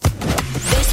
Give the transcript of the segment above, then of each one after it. This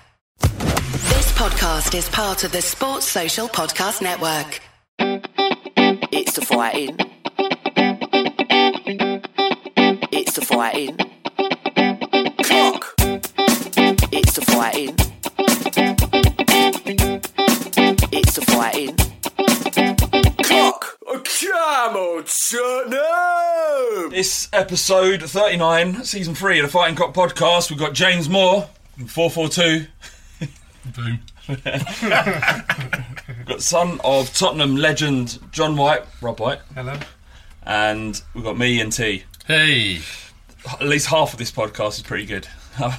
This podcast is part of the Sports Social Podcast Network. It's the fighting. It's the fighting. Clock. It's the fighting. It's the fighting. Clock. Camel no! It's episode 39, season 3 of the Fighting Cock podcast. We've got James Moore, from 442. Boom. We've got son of Tottenham legend John White, Rob White. Hello. And we've got me and T. Hey. At least half of this podcast is pretty good. I'm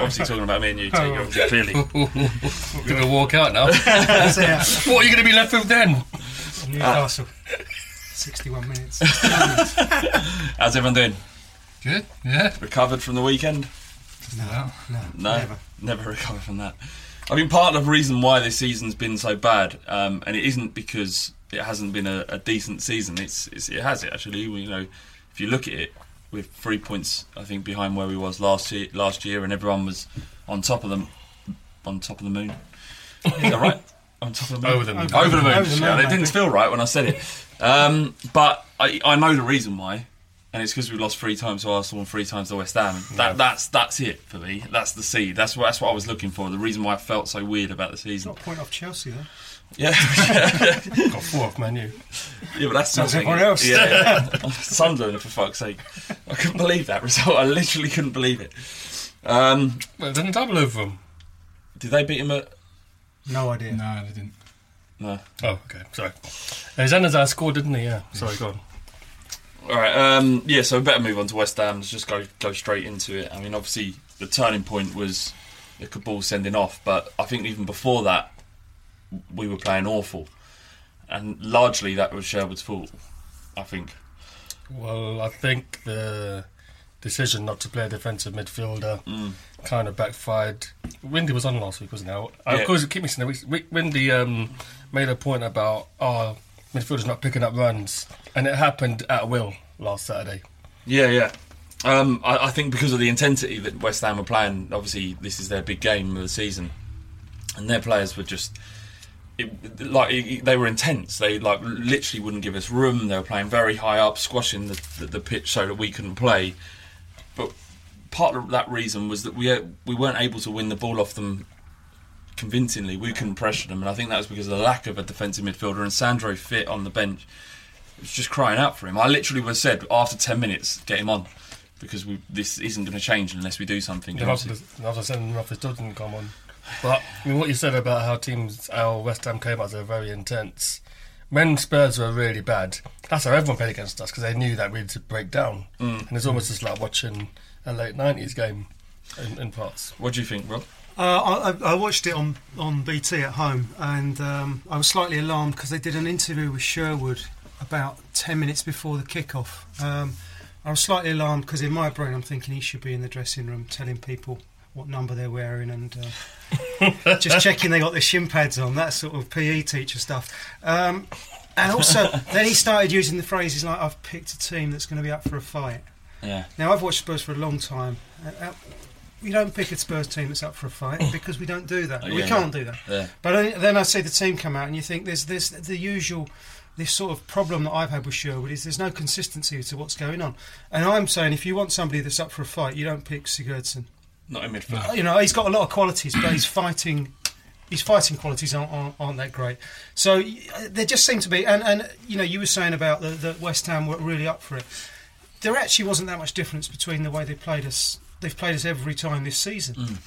obviously talking about me and you, T. You're obviously- clearly. We're going to walk out now. what are you going to be left with then? Newcastle. 61 minutes. How's everyone doing? Good. Yeah. Recovered from the weekend? no, no, No, never. never recover from that. I mean, part of the reason why this season's been so bad, um, and it isn't because it hasn't been a, a decent season. It's, it's it has it actually. We, you know, if you look at it, we're three points I think behind where we was last year. Last year, and everyone was on top of them, on top of the moon. Is that right? On top of the moon. Over the moon. Over the moon. Over the moon, yeah, it I didn't think. feel right when I said it. Um, but I, I know the reason why, and it's because we lost three times to Arsenal and three times to West Ham. That, That's that's it for me. That's the seed. That's what that's what I was looking for. The reason why I felt so weird about the season. Not point off Chelsea, though. Yeah, Got four off Man U. yeah, but that's something. everyone else. Yeah, yeah. Sunderland for fuck's sake. I couldn't believe that result. I literally couldn't believe it. Um, Well, didn't double over them. did they beat him at? No idea. No, they didn't. No. Oh, okay. Sorry. Uh, Zanazar scored, didn't he? Yeah. Sorry, go on. All right. Um, yeah, so we better move on to West Ham. Let's just go go straight into it. I mean, obviously the turning point was the Cabal sending off, but I think even before that, we were playing awful, and largely that was Sherwood's fault, I think. Well, I think the decision not to play a defensive midfielder Mm. kind of backfired. Windy was on last week, wasn't he? I- Yeah. Of course, keep missing it. Wi- Windy um, made a point about our midfielders not picking up runs, and it happened at will last Saturday. Yeah, yeah. Um, I, I think because of the intensity that West Ham were playing, obviously this is their big game of the season, and their players were just it, like it- they were intense. They like literally wouldn't give us room. They were playing very high up, squashing the, the, the pitch so that we couldn't play. But part of that reason was that we uh, we weren't able to win the ball off them convincingly. We couldn't pressure them, and I think that was because of the lack of a defensive midfielder and Sandro fit on the bench was just crying out for him. I literally was said after ten minutes, get him on, because we, this isn't going to change unless we do something. And after, the- and after sending him off, his dog didn't come on. But I mean, what you said about how teams, how West Ham came out, they were very intense. When Spurs were really bad, that's how everyone played against us because they knew that we'd break down. Mm. And it's almost just like watching a late nineties game in, in parts. What do you think, Rob? Uh, I, I- I watched it on, on BT at home, and um, I was slightly alarmed because they did an interview with Sherwood about 10 minutes before the kickoff. Um, I was slightly alarmed because in my brain I'm thinking he should be in the dressing room telling people what number they're wearing and uh, just checking they got their shin pads on, that sort of PE teacher stuff. Um, and also, then he started using the phrases like, I've picked a team that's going to be up for a fight. Yeah. Now I've watched Spurs for a long time. Uh, uh, we don't pick a Spurs team that's up for a fight because we don't do that. Oh, we yeah, can't yeah. do that. Yeah. But I, then I see the team come out, and you think there's there's the usual this sort of problem that I've had with Sherwood is there's no consistency to what's going on. And I'm saying if you want somebody that's up for a fight, you don't pick Sigurdsson. Not in midfield. You know he's got a lot of qualities, but his fighting. His fighting qualities aren't, aren't, aren't that great, so y- there just seem to be. And, and you know, you were saying about the, the West Ham were really up for it there actually wasn't that much difference between the way they played us. They've played us every time this season.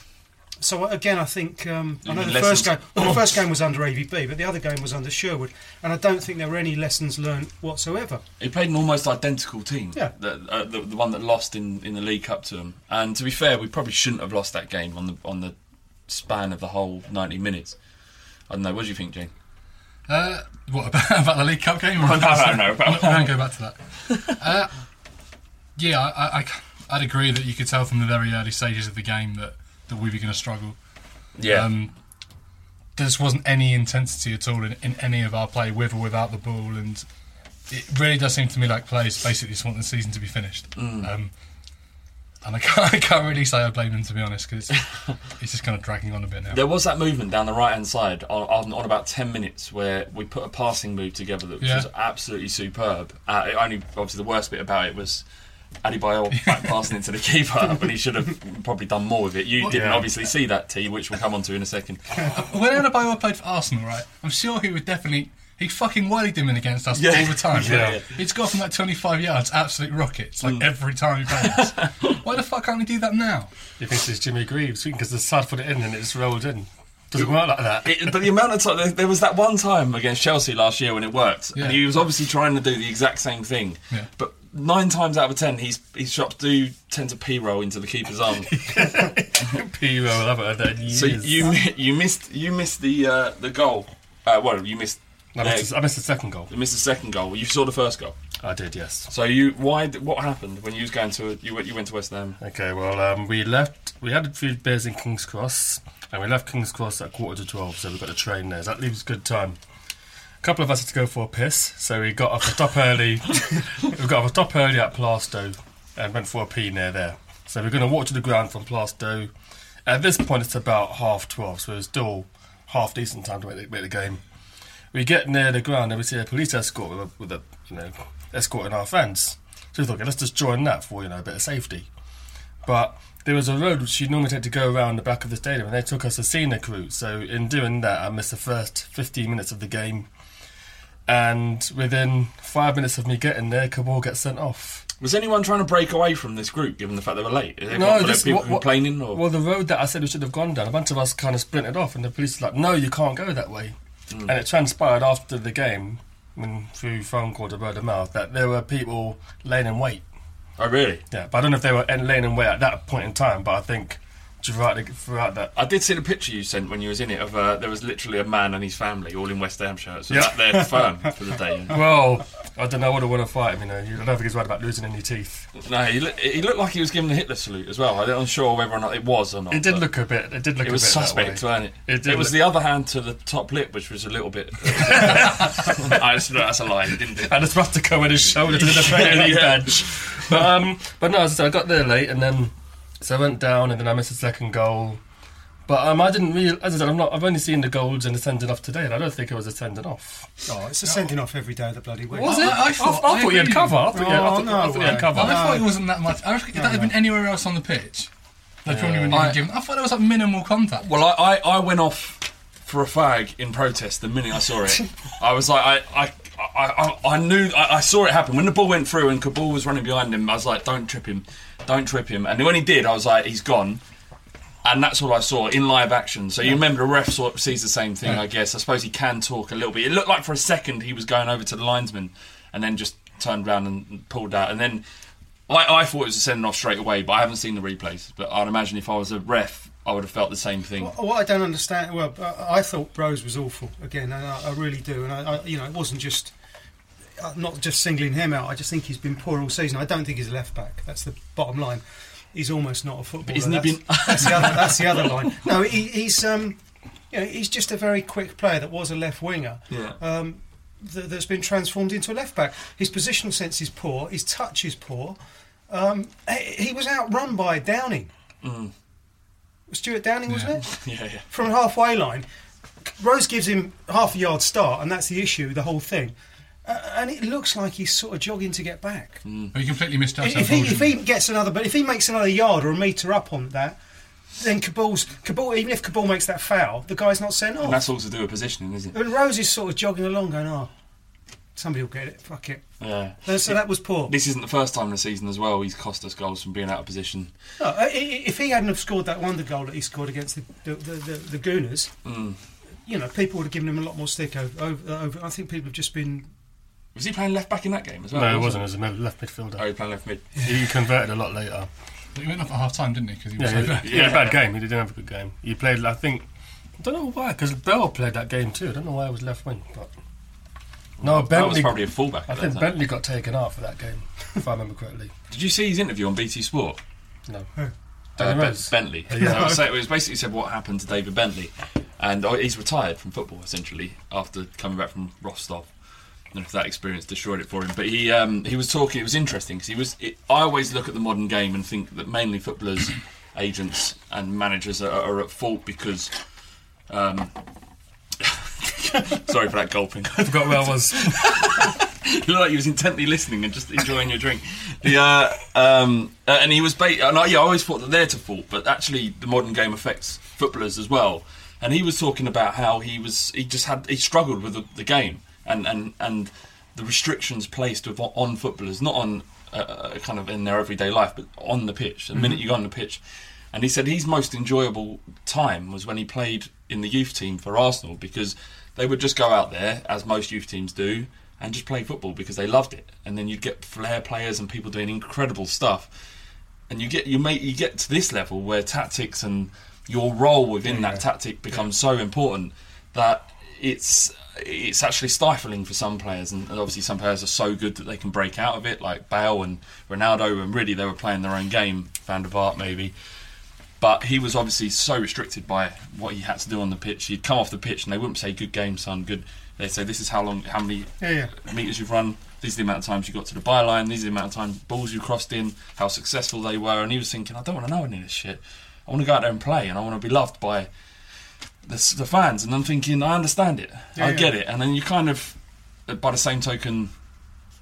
So uh, again, I think um, I You know mean the first game. lessons- Well, the first game was under AVB, but the other game was under Sherwood, and I don't think there were any lessons learned whatsoever. He played an almost identical team. Yeah. The, uh, the, the one that lost in, in the League Cup to him. And to be fair, we probably shouldn't have lost that game on the on the span of the whole 90 minutes. I don't know. What do you think, Jane? Uh, what about, about the League Cup game? No, no, no, I about- can go back to that. Uh, yeah, I, I, I'd agree that you could tell from the very early stages of the game that, that we were going to struggle. Yeah. Um, there just wasn't any intensity at all in, in any of our play, with or without the ball, and it really does seem to me like players basically just want the season to be finished. Mm. Um, and I can't, I can't really say I blame them to be honest, because it's, it's just kind of dragging on a bit now. There was that movement down the right hand side on, on, on about 10 minutes where we put a passing move together that Yeah. was absolutely superb. Uh, it only, obviously, the worst bit about it was Adebayor back passing into the keeper, but he should have probably done more with it. You didn't Yeah. obviously see that, T, which we'll come on to in a second. When Adebayor played for Arsenal, right, I'm sure he would definitely. He fucking worried him in against us Yeah. all the time. Yeah. Mm. right? He's got from like 25 yards, absolute rockets, like every time he plays. Why the fuck can't he do that now? You think it's Jimmy Greaves because the side put it in and it's rolled in. Doesn't work like that. It, but the amount of time there, there was that one time against Chelsea last year when it worked, Yeah. and he was obviously trying to do the exact same thing. Yeah. But nine times out of ten, his his shots do tend to p roll into the keeper's arm. P roll, I haven't heard that in so years. you mi- you missed you missed the uh, the goal. Uh, well, you missed. I their- missed, the- I missed the second goal. you missed the second goal. You saw the first goal. I did, yes. So you why d- what happened when you was going to you went you went to West Ham? Okay, well, um, we left. We had a few beers in King's Cross, and we left King's Cross at quarter to twelve. So we got a train there. So that leaves good time. A couple of us had to go for a piss, so we got off the top early. we got off the top early at Plasto, and went for a pee near there. So we're going to walk to the ground from Plasto. At this point, it's about half twelve, so it's still half decent time to make the, make the game. We get near the ground and we see a police escort with a, with a you know escorting our fans. So we thought, okay, let's just join that for you know a bit of safety but there was a road which you normally take to go around the back of the stadium, and they took us a scenic route. So in doing that, I missed the first 15 minutes of the game, and within five minutes of me getting there, Cabal gets sent off. Was anyone trying to break away from this group given the fact they were late? Were there people what- what- complaining or well, the road that I said we should have gone down, a bunch of us kind of splintered off, and the police were like, "No, you can't go that way." And it transpired after the game, when through phone call to word of mouth, that there were people laying in wait. oh really? Yeah, but I don't know if they were in- laying in wait at that point in time. But I think throughout, the, throughout that. I did see the picture you sent when you was in it of uh, there was literally a man and his family all in West Ham shirts. Was that their firm for the day? Well, I don't know. I would have want to fight him. You know, I don't think he's right about losing any teeth. No, he, look, he looked like he was giving the Hitler salute as well. I'm not sure whether or not it was or not. It did but look a bit. It did look. It was a bit that suspect, way. wasn't it? It, did was look- the other hand to the top lip, which was a little bit. uh, I just, no, that's a lie. He didn't do that. and it's about to go on his shoulder to the Premier League bench. But, um, but no, as I said, I got there late and then so I went down and then I missed the second goal. But um, I didn't really, as I said, I'm not, I've only seen the goals and the sending off today, and I don't think it was a sending off. Oh, it's a sending off every day of the bloody week. Was it? I, I thought, I thought you had agree. cover. I thought, you, had, I Oh, thought, no I thought you had way. cover. I thought it No. wasn't that much. I reckon if that had been anywhere else on the pitch, they probably wouldn't I- have given. I thought there was like minimal contact. Well, I, I, I went off for a fag in protest the minute I saw it. I was like, I, I, I, I, I knew, I, I saw it happen. When the ball went through and Kabul was running behind him, I was like, don't trip him, don't trip him. And when he did, I was like, he's gone. And that's all I saw in live action. So you remember the ref sort of sees the same thing, I guess. I suppose he can talk a little bit. It looked like for a second he was going over to the linesman and then just turned around and pulled out. And then I, I thought it was a sending off straight away, but I haven't seen the replays. But I'd imagine if I was a ref, I would have felt the same thing. What, what I don't understand, well, I I thought Bros was awful again, and I, I really do. And I, I, you know, it wasn't just uh, not just singling him out. I just think he's been poor all season. I don't think he's a left back. That's the bottom line. He's almost not a footballer. isn't he that's, been- that's, the other, that's the other line. No, he, he's um, you know, he's just a very quick player that was a left winger. Yeah. Um, th- that's been transformed into a left back. His positional sense is poor. His touch is poor. Um, he, he was outrun by Downing. Stuart Downing, wasn't it? Mm. Yeah, yeah. from halfway line. Rose gives him half a yard start, and that's the issue, the whole thing. Uh, and it looks like he's sort of jogging to get back. But you completely missed out. If he, if he gets another, but if he makes another yard or a metre up on that, then Kabul's Kabul. Even if Kabul makes that foul, the guy's not sent And off. that's all to do with positioning, isn't it? And Rose is sort of jogging along, going, "Oh, somebody will get it. Fuck it." Yeah. No, So that was poor. This isn't the first time this season as well. He's cost us goals from being out of position. No, i- i- if he hadn't have scored that wonder goal that he scored against the the, the, the, the Gooners, Mm. you know, people would have given him a lot more stick over, over, over. I think people have just been Was he playing left back in that game as well? No, it wasn't. It was a mid- left midfielder. Oh, he playing left mid. He converted a lot later. he went off at half time, didn't he? Because he was Yeah, so bad. he, he had a bad game. He didn't have a good game. He played, I think, I don't know why, because Bell played that game too. I don't know why it was left wing, but no, That Bentley. was probably a fullback. I at that think time. Bentley got taken out for that game, if I remember correctly. Did you see his interview on BT Sport? No, Uh, Ben- Danny Rose? Bentley. Yeah. So it was basically said what happened to David Bentley, and oh, he's retired from football essentially after coming back from Rostov. I don't know if that experience destroyed it for him, but he um, he was talking. It was interesting because he was. It, I always look at the modern game and think that mainly footballers, agents, and managers are, are at fault because. Um, sorry for that gulping. I forgot where I was. You look like he was intently listening and just enjoying your drink. The uh, um, uh, and he was ba- and I, yeah, I always thought that they're to fault, but actually the modern game affects footballers as well. And he was talking about how he was he just had he struggled with the, the game and and and the restrictions placed with, on footballers, not on uh, uh, kind of in their everyday life, but on the pitch. The minute you go on the pitch, and he said his most enjoyable time was when he played in the youth team for Arsenal because they would just go out there, as most youth teams do, and just play football because they loved it. And then you'd get flair players and people doing incredible stuff. And you get you make you get to this level where tactics and your role within that tactic becomes so important that it's it's actually stifling for some players, and, and obviously some players are so good that they can break out of it, like Bale and Ronaldo, and really they were playing their own game, Van der Vaart maybe. But he was obviously so restricted by what he had to do on the pitch. He'd come off the pitch and they wouldn't say "Good game, son." Good. They'd say, "This is how long, how many Yeah, meters you've run. These are the amount of times you got to the byline. These are the amount of times balls you crossed in. How successful they were." And he was thinking, "I don't want to know any of this shit. I want to go out there and play, and I want to be loved by the, s- the fans." And I'm thinking, I understand it. I yeah. get it. And then you kind of, uh, by the same token,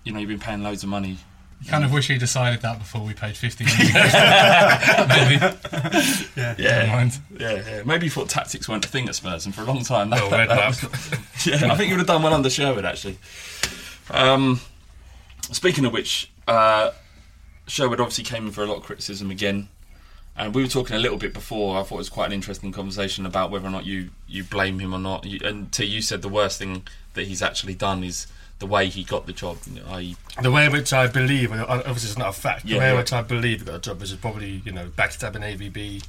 you know, you've been paying loads of money. You kind of wish he decided that before we paid 15 Maybe. Never mind. Yeah, yeah. Maybe you thought tactics weren't a thing at Spurs, and for a long time that, Oh, red that map. was- yeah, I think you would have done well under Sherwood actually. Um, speaking of which, uh, Sherwood obviously came in for a lot of criticism again, and we were talking a little bit before. I thought it was quite an interesting conversation about whether or not you you blame him or not. You, until you said the worst thing that he's actually done is the way he got the job, you know, i.e., The way in which I believe, and obviously it's not a fact, Yeah, the way in yeah. which I believe he got a job, which is probably, you know, backstabbing AVB,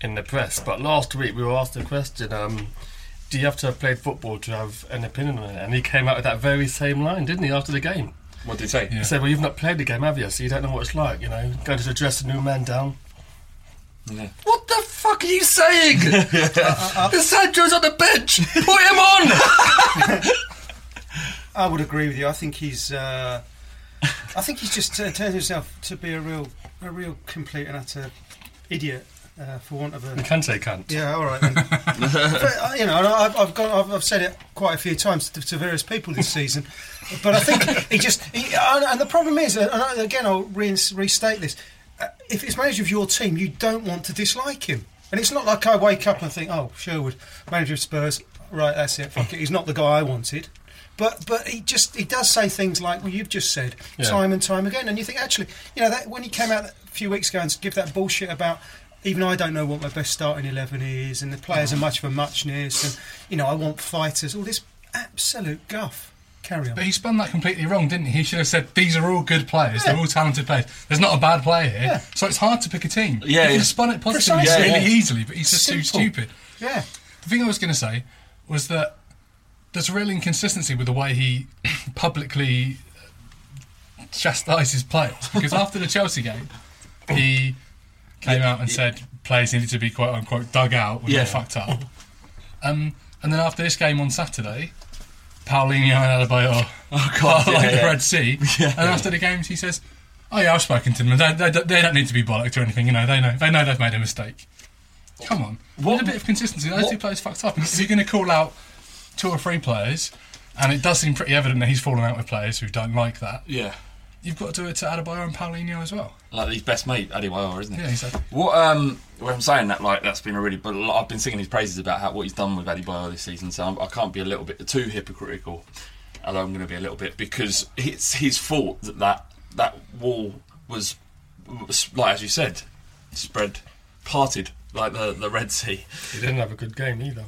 in the press. But last week we were asked the question: um, Do you have to have played football to have an opinion on it? And he came out with that very same line, didn't he, after the game? What did he say? He said, "Well, you've not played the game, have you? So you don't know what it's like. You know, going to dress a new man down." Yeah. What the fuck are you saying? Lisandro's on the bench. Put him on. I would agree with you. I think he's. Uh, I think he's just uh, turned himself to be a real, a real complete and utter idiot, uh, for want of a. You can say cunt. Yeah, all right. Then. but, uh, you know, and I've, I've got, I've, I've said it quite a few times to, to various people this season, but I think he just. He, and, and the problem is, uh, and I- again, I'll re- restate this: uh, if it's manager of your team, you don't want to dislike him. And it's not like I wake up and think, "Oh, Sherwood, manager of Spurs, right? That's it. Fuck it. He's not the guy I wanted." But but he just he does say things like well you've just said Yeah. time and time again, and you think actually you know that when he came out a few weeks ago and give that bullshit about. Even I don't know what my best starting eleven is, and the players are much of a muchness, and you know I want fighters. All this absolute guff. Carry on. But he spun that completely wrong, didn't he? He should have said, These are all good players, they're all talented players. There's not a bad player here. Yeah. So it's hard to pick a Yeah, team. He could yeah. have spun it positively Precisely. really Yeah, yeah. easily, but he's just Simple. too stupid. Yeah. The thing I was going to say was that there's a real inconsistency with the way he publicly chastises players. Because after the Chelsea game, he came out and said players needed to be quote unquote dug out when Yeah. they fucked up. Um, and then after this game on Saturday, Paulinho and Adebayor Oh, God, are yeah, like the yeah. Red Sea. Yeah. And after the games, he says, "Oh yeah, I've spoken to them. They, they, they don't need to be bollocked or anything. You know, they know they know they've made a mistake. Come on, what a bit of consistency. Those two players fucked up. And you're going to call out two or three players, and it does seem pretty evident that he's fallen out with players who don't like that. Yeah. You've got to do it to Adebayor and Paulinho as well. Like his best mate, Adebayor, isn't he? Yeah, exactly. What um, well, I'm saying that like that's been a really, but a lot- I've been singing his praises about how what he's done with Adebayo this season, so I'm, I can't be a little bit too hypocritical. Although I'm going to be a little bit because it's his fault that that, that wall was, was, like as you said, spread, parted like the the Red Sea. He didn't have a good game either.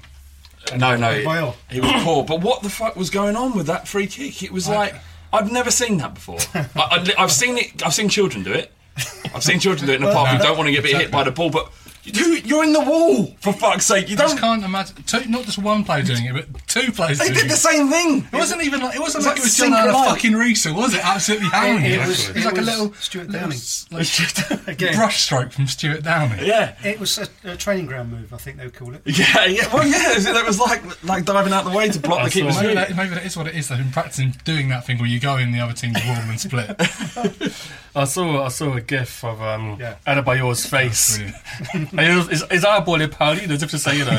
No, no, it- Well. he was poor. But what the fuck was going on with that free kick? It was like I've never seen that before. I, I, li- I've seen it. I've seen children do it. I've seen children do it in the park who don't want to get bit hit by the ball, but. You, you're in the wall for fuck's sake! You I just don't. can't imagine two, not just one player doing it, but two players They doing did the it. same thing. It wasn't even like it It's wasn't like, like it was done out of synchronised. fucking Risa, was it? Absolutely howling It- it it. was- It was it like was a little Stuart little Downing. s- like, Again. brush stroke from Stuart Downing. Yeah, It was a, a training ground move, I think they would call it. yeah, yeah. Well, yeah. so That was like like diving out the way to block the keeper's Maybe view. that, maybe that is what it is. They've been practicing doing that thing where you go in the other team's wall and split. I saw I saw a gif of um, Yeah. Adebayor's face. brilliant. and he was, is, is our boy Paulinho as if to say, you know,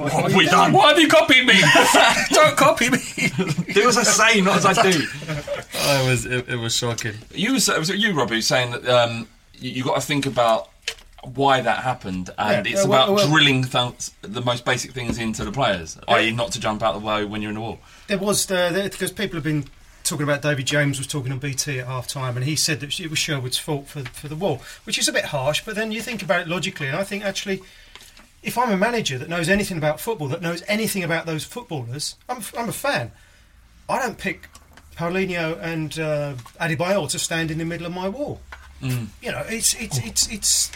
What have we done? why have you copied me? Don't copy me. Do as I say, not as I do. Oh, it was it, it was shocking. You was, was it you, Rob, who was saying that um, you, you got to think about why that happened, and Yeah, it's yeah, well, about well- drilling th- the most basic things into the players, i.e., not to jump out the way when you're in the wall. There was, uh, there, because people have been talking about David James was talking on BT at half time and he said that it was Sherwood's fault for, for the wall, which is a bit harsh, but then you think about it logically, and I think actually, if I'm a manager that knows anything about football, that knows anything about those footballers, I'm, I'm a fan. I don't pick Paulinho and uh, Adebayor to stand in the middle of my wall. Mm. You know, it's, it's, it's, it's,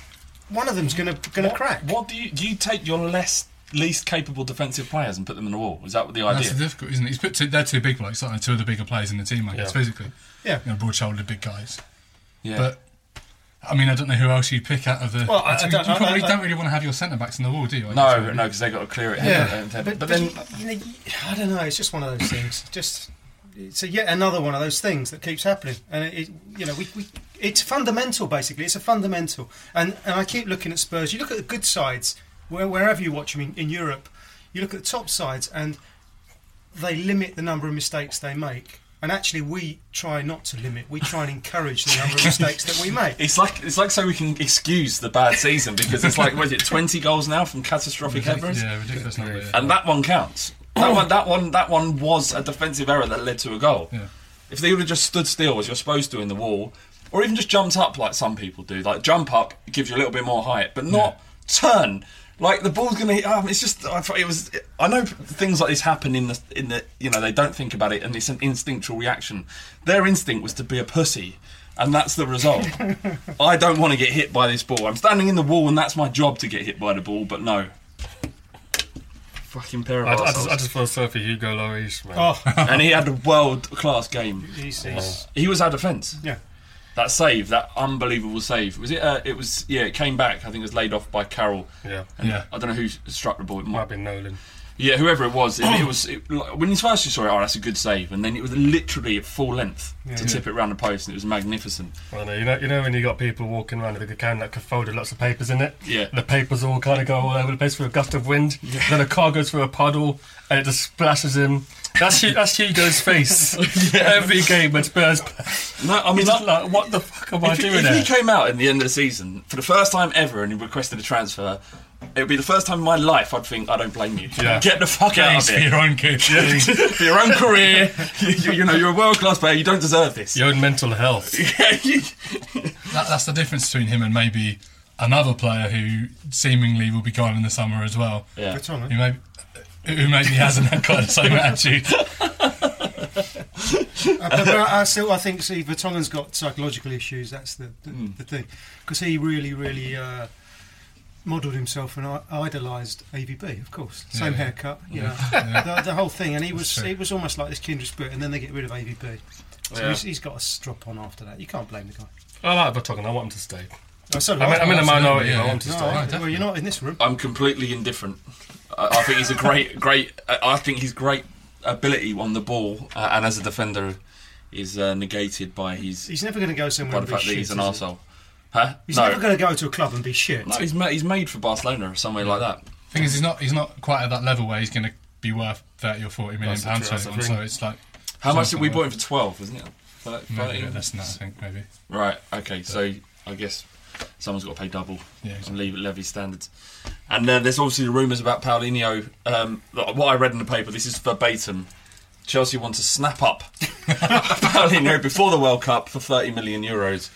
one of them's going to going to crack. What do you do? You take your less least capable defensive players and put them in the wall. Is that the That's idea? the difficult, isn't it? He's put two, they're two big blokes, aren't they? Two of the bigger players in the team, I guess, Yeah. physically. Yeah. You know, broad-shouldered big guys. yeah. But I mean, I don't know who else you'd pick out of the. Well, I- I you don't- I- probably I- don't really want to have your centre backs in the wall, do you? I guess, no, really. no, because they got to clear it. Yeah, haven't they? but, but but, then you- you know, you- I don't know. It's just one of those things. Just it's a yet another one of those things that keeps happening, and it, it you know we, we it's fundamental basically. It's a fundamental, and and I keep looking at Spurs. You look at the good sides where, wherever you watch them in, in Europe, you look at the top sides, and they limit the number of mistakes they make. And actually, we try not to limit. We try and encourage the number of mistakes that we make. it's like it's like so we can excuse the bad season because it's like what is it twenty goals now from catastrophic errors? Yeah, ridiculous number. yeah. and that one counts. That one, that one, that one was a defensive error that led to a goal. Yeah. If they would have just stood still as you're supposed to in the wall, or even just jumped up like some people do, like jump up it gives you a little bit more height, but not turn. Like the ball's gonna hit. Um, it's just I thought it was. I know things like this happen in the in the you know they don't think about it and it's an instinctual reaction. Their instinct was to be a pussy and that's the result. I don't want to get hit by this ball. I'm standing in the wall, and that's my job to get hit by the ball. But no, fucking pair of I, I arseholes. just, I just feel sorry for Hugo Lloris, man. Oh, and he had a world class game. He's- he's- He was our defence. Yeah. That save, that unbelievable save. Was it? Uh, it was. Yeah, it came back. I think it was laid off by Carroll. Yeah. And Yeah. I don't know who s- struck the ball. It might might, have been Nolan. yeah, whoever it was. It, it was it, like, when you first you saw it. Oh, that's a good save. And then it was literally at full length to tip it round the post, and it was magnificent. I know. You know, you know when you got people walking around with a can that could folded lots of papers in it. Yeah. The papers all kind of go all over the place through a gust of wind. Then a car goes through a puddle and it just splashes him. That's Hu- that's Hugo's face. Every game when Spurs. play. No, I mean, He's just that- like, what the fuck am I if, he- doing if there? he came out in the end of the season for the first time ever and he requested a transfer, it would be the first time in my life I'd think I don't blame you. Yeah. Get the fuck out Games of for here. your own kid. for your own career, you, you- you know you're a world class player. You don't deserve this. Your own mental health. That, that's the difference between him and maybe another player who seemingly will be gone in the summer as well. Yeah. Which one, Who, may, who maybe hasn't had quite the same attitude. Uh, but, but I still, I think, see, Vertonghen's got psychological issues. That's the the, the thing, because he really, really uh, modelled himself and i- idolised AVB, of course. Same Yeah. haircut, you know, the, the whole thing. And he was, he was almost like this kindred spirit. And then they get rid of AVB, so Yeah. he's, he's got a strop on after that. You can't blame the guy. I like Vertonghen. I want him to stay. Oh, sorry, I'm, I- I'm in a minority. yeah, I yeah. want him to No, stay. I- well, definitely. you're not in this room. I'm completely indifferent. I, I think he's a great, great. I I think his great ability on the ball uh, and as a defender is uh, negated by his He's never going to go by somewhere the and be fact that shit. he's an is he? arsehole. Huh? He's no. never going to go to a club and be shit. no, he's ma- he's made for Barcelona or somewhere like that. thing is, he's not he's not quite at that level where he's going to be worth thirty or forty million That's the pounds. true, So that's the so thing. it's like How it's much not did we gonna bought work. him for? Twelve, wasn't it? Thir- Maybe a 13? bit less than that, I think maybe. Right. Okay. So I guess someone's got to pay double Yeah, and exactly. leave at Levy's standards. And uh, there's obviously the rumours about Paulinho. Um, that- what I read in the paper, this is verbatim. Chelsea want to snap up Paulinho before the World Cup for 30 million euros.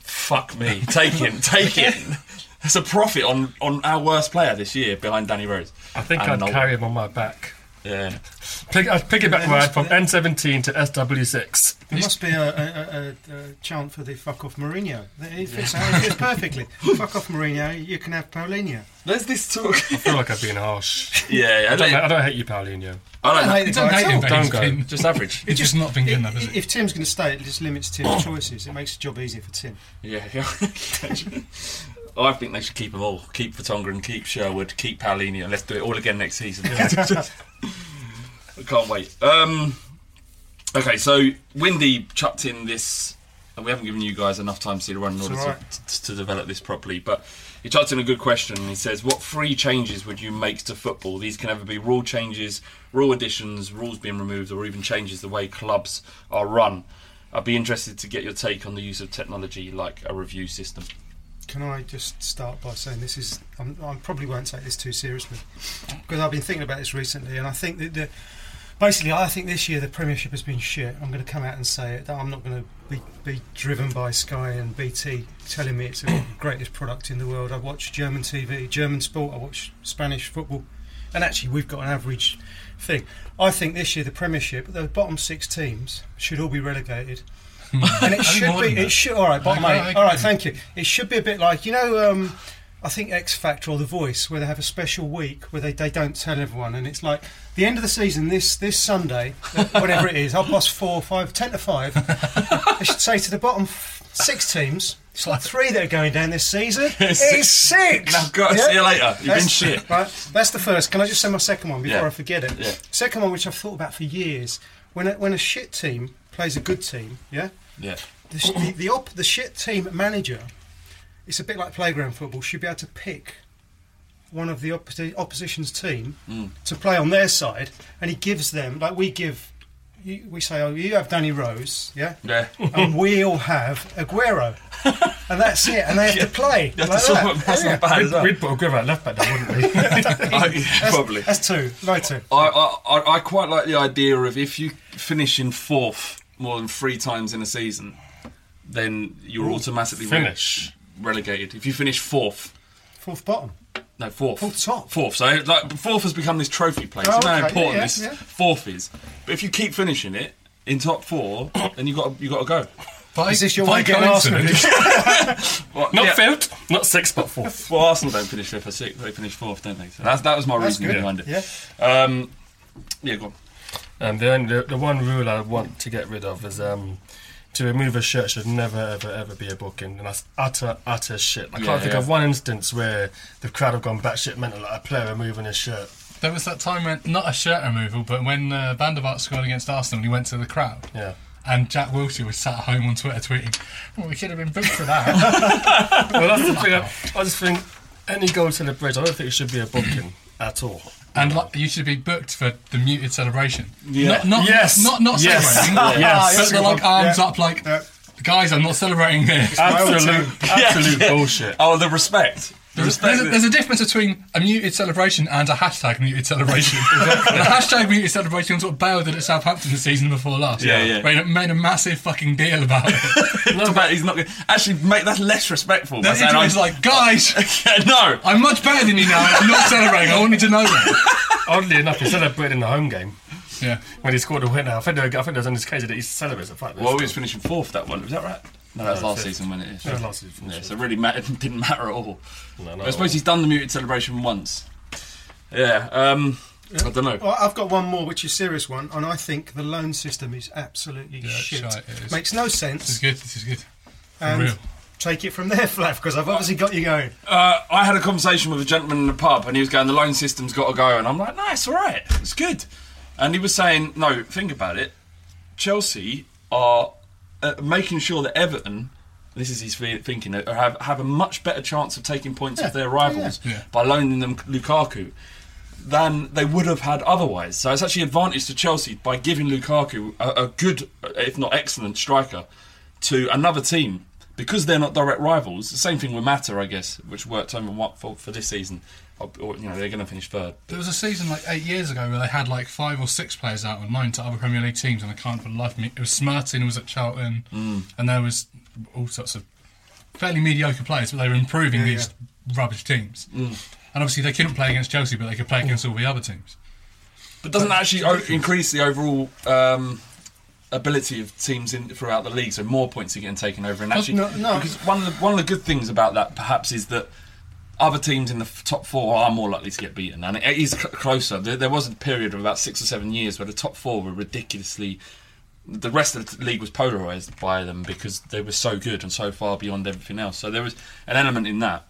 Fuck me, take him, take him. It's a profit on, on our worst player this year behind Danny Rose. I think And I'd Nolan. carry him on my back. Yeah, Pick, I'd pick it back ride from N17 to SW6. There must be a, a, a, a chant for the fuck off Mourinho. He fits, out, he fits perfectly. fuck off Mourinho, you can have Paulinho. there's this talk. I feel like I'm being harsh. yeah, I I don't, don't, I don't hate you, Paulinho. I don't know. the Don't guy hate at him, all. but Don't he's go. been- Just average. It's just not been good enough, is Oh. If it? if Tim's going to stay, it just limits Tim's choices. It makes the job easier for Tim. Yeah, yeah. Oh, I think they should keep them all. Keep Vertonghen, and keep Sherwood, keep Paolini, and let's do it all again next season. I can't wait. Um, okay, so Windy chucked in this, and we haven't given you guys enough time to see the run in order alright. to, to, to develop this properly, but he chucked in a good question. He says, What three changes would you make to football? These can either be rule changes, rule additions, rules being removed, or even changes the way clubs are run. I'd be interested to get your take on the use of technology like a review system. Can I just start by saying this is? I'm, I probably won't take this too seriously because I've been thinking about this recently, and I think that the basically I think this year the Premiership has been shit. I'm going to come out and say it. That I'm not going to be, be driven by Sky and BT telling me it's the greatest product in the world. I watch German TV, German sport. I watch Spanish football, and actually we've got an average thing. I think this year the Premiership, the bottom six teams, should all be relegated. and it should more be. than that. It should. All right, but I- I mate. All right, agree. thank you. It should be a bit like you know. Um, I think X Factor or The Voice, where they have a special week where they, they don't tell everyone, and it's like the end of the season this this Sunday, whatever it is, half past four, five, ten to five. I should say to the bottom f- six teams. It's like three that are going down this season. It's six. Now go, see you later. You've been That's- shit. Right, that's the first. Can I just say my second one before Yeah. I forget it? Yeah. Second one, which I've thought about for years. When a, when a shit team plays a good team, yeah, Yeah. the, sh- the, the, op- the shit team manager, it's a bit like playground football, should be able to pick one of the opposi- opposition's team Mm. to play on their side, and he gives them, like we give, you- we say, oh, you have Danny Rose, yeah? Yeah. and we all have Aguero. and that's it, and they have to play. You have like to sort that. of- that's not bad as well. We'd put a grip at left back now, wouldn't we? I- yeah, probably. That's two, no two. I, I, I- I quite like the idea of if you finish in fourth more than three times in a season, then you're automatically re- finish. relegated. If you finish fourth, Fourth bottom. no fourth, Fourth top. fourth. So like fourth has become this trophy place. Oh, You know how okay. important Yeah, this yeah. fourth is. But if you keep finishing it in top four, then you got you got to go. By, Is this your by way of getting Arsenal? coincidence- Well, not yeah. fifth, not sixth, but fourth. Well, Arsenal don't finish fifth or sixth; they finish fourth, don't they? So that's, that was my That's reasoning good, behind it. yeah. Um, yeah, go on. Um, the, only, the, the one rule I want to get rid of is um, to remove a shirt should never, ever, ever be a booking. And that's utter, utter shit. I Yeah, can't think yeah. of one instance where the crowd have gone batshit mental at a player removing his shirt. There was that time when not a shirt removal, but when uh, Van der Vaart scored against Arsenal, he went to the crowd. Yeah. And Jack Wilshere was sat at home on Twitter tweeting, "Well, we should have been booked for that." Well, that's the thing. I, I just think any goal celebration, I don't think it should be a booking at all. and like, you should be booked for the muted celebration. Yeah. Not, not, Yes. Not not Yes. celebrating. Yes. But they're like Yeah. arms up, like, guys, I'm not celebrating this. Absolute, absolute bullshit. Oh, the respect. The There's, respect. there's a, there's a difference between a muted celebration and a hashtag muted celebration. the hashtag muted celebration was what Bale did at Southampton the season before last. Yeah, yeah. Made, a- made a massive fucking deal about it. no, but he's not going actually mate. That's less respectful. by then saying it was I'm- like, guys, Yeah, no. I'm much better than you now. and I'm not celebrating. I want you to know that. Oddly enough, he celebrated in the home game Yeah. when he scored a winner. I think there, I think there was on his case that he celebrates the fact that Well, we was finishing fourth that one. Was that right? No, that was No, last fifth. season when it is. That was last season, Yeah, sure. so really ma- it didn't matter at all. No, But not I at suppose all. he's done the muted celebration once. Yeah. Um, I don't know. Oh, Well, I've got one more, which is a serious one, and I think the loan system is absolutely Yeah, shit. shite it is. Makes no This is sense. good. This is good. For And real. take it from there, Flav, because I've obviously got you going. Uh, I had a conversation with a gentleman in the pub, and he was going, "The loan system's got to go," and I'm like, "No, it's all right. It's good." And he was saying, "No, think about it. Chelsea are uh, making sure that Everton." This is his fe- thinking. uh, Have have a much better chance of taking points off their rivals yeah. Yeah. by loaning them Lukaku than they would have had otherwise. So it's actually an advantage to Chelsea by giving Lukaku a, a good, if not excellent, striker to another team because they're not direct rivals. The same thing with Mata, I guess, which worked over what for, for this season. Or, or, you know, they're going to finish third. There was a season like eight years ago where they had like five or six players out on loan to other Premier League teams, and I can't for the life of me. It was Smartin who was at Charlton, and there was all sorts of fairly mediocre players, but they were improving these rubbish teams. And obviously, they couldn't play against Chelsea, but they could play against all the other teams. But doesn't that actually o- increase the overall um, ability of teams in, throughout the league? So more points are getting taken over. And actually, no, no. because one of the one of the good things about that perhaps is that other teams in the f- top four are more likely to get beaten, and it is c- closer. There, there was a period of about six or seven years where the top four were ridiculously. The rest of the t- league was polarized by them because they were so good and so far beyond everything else. So there was an element in that.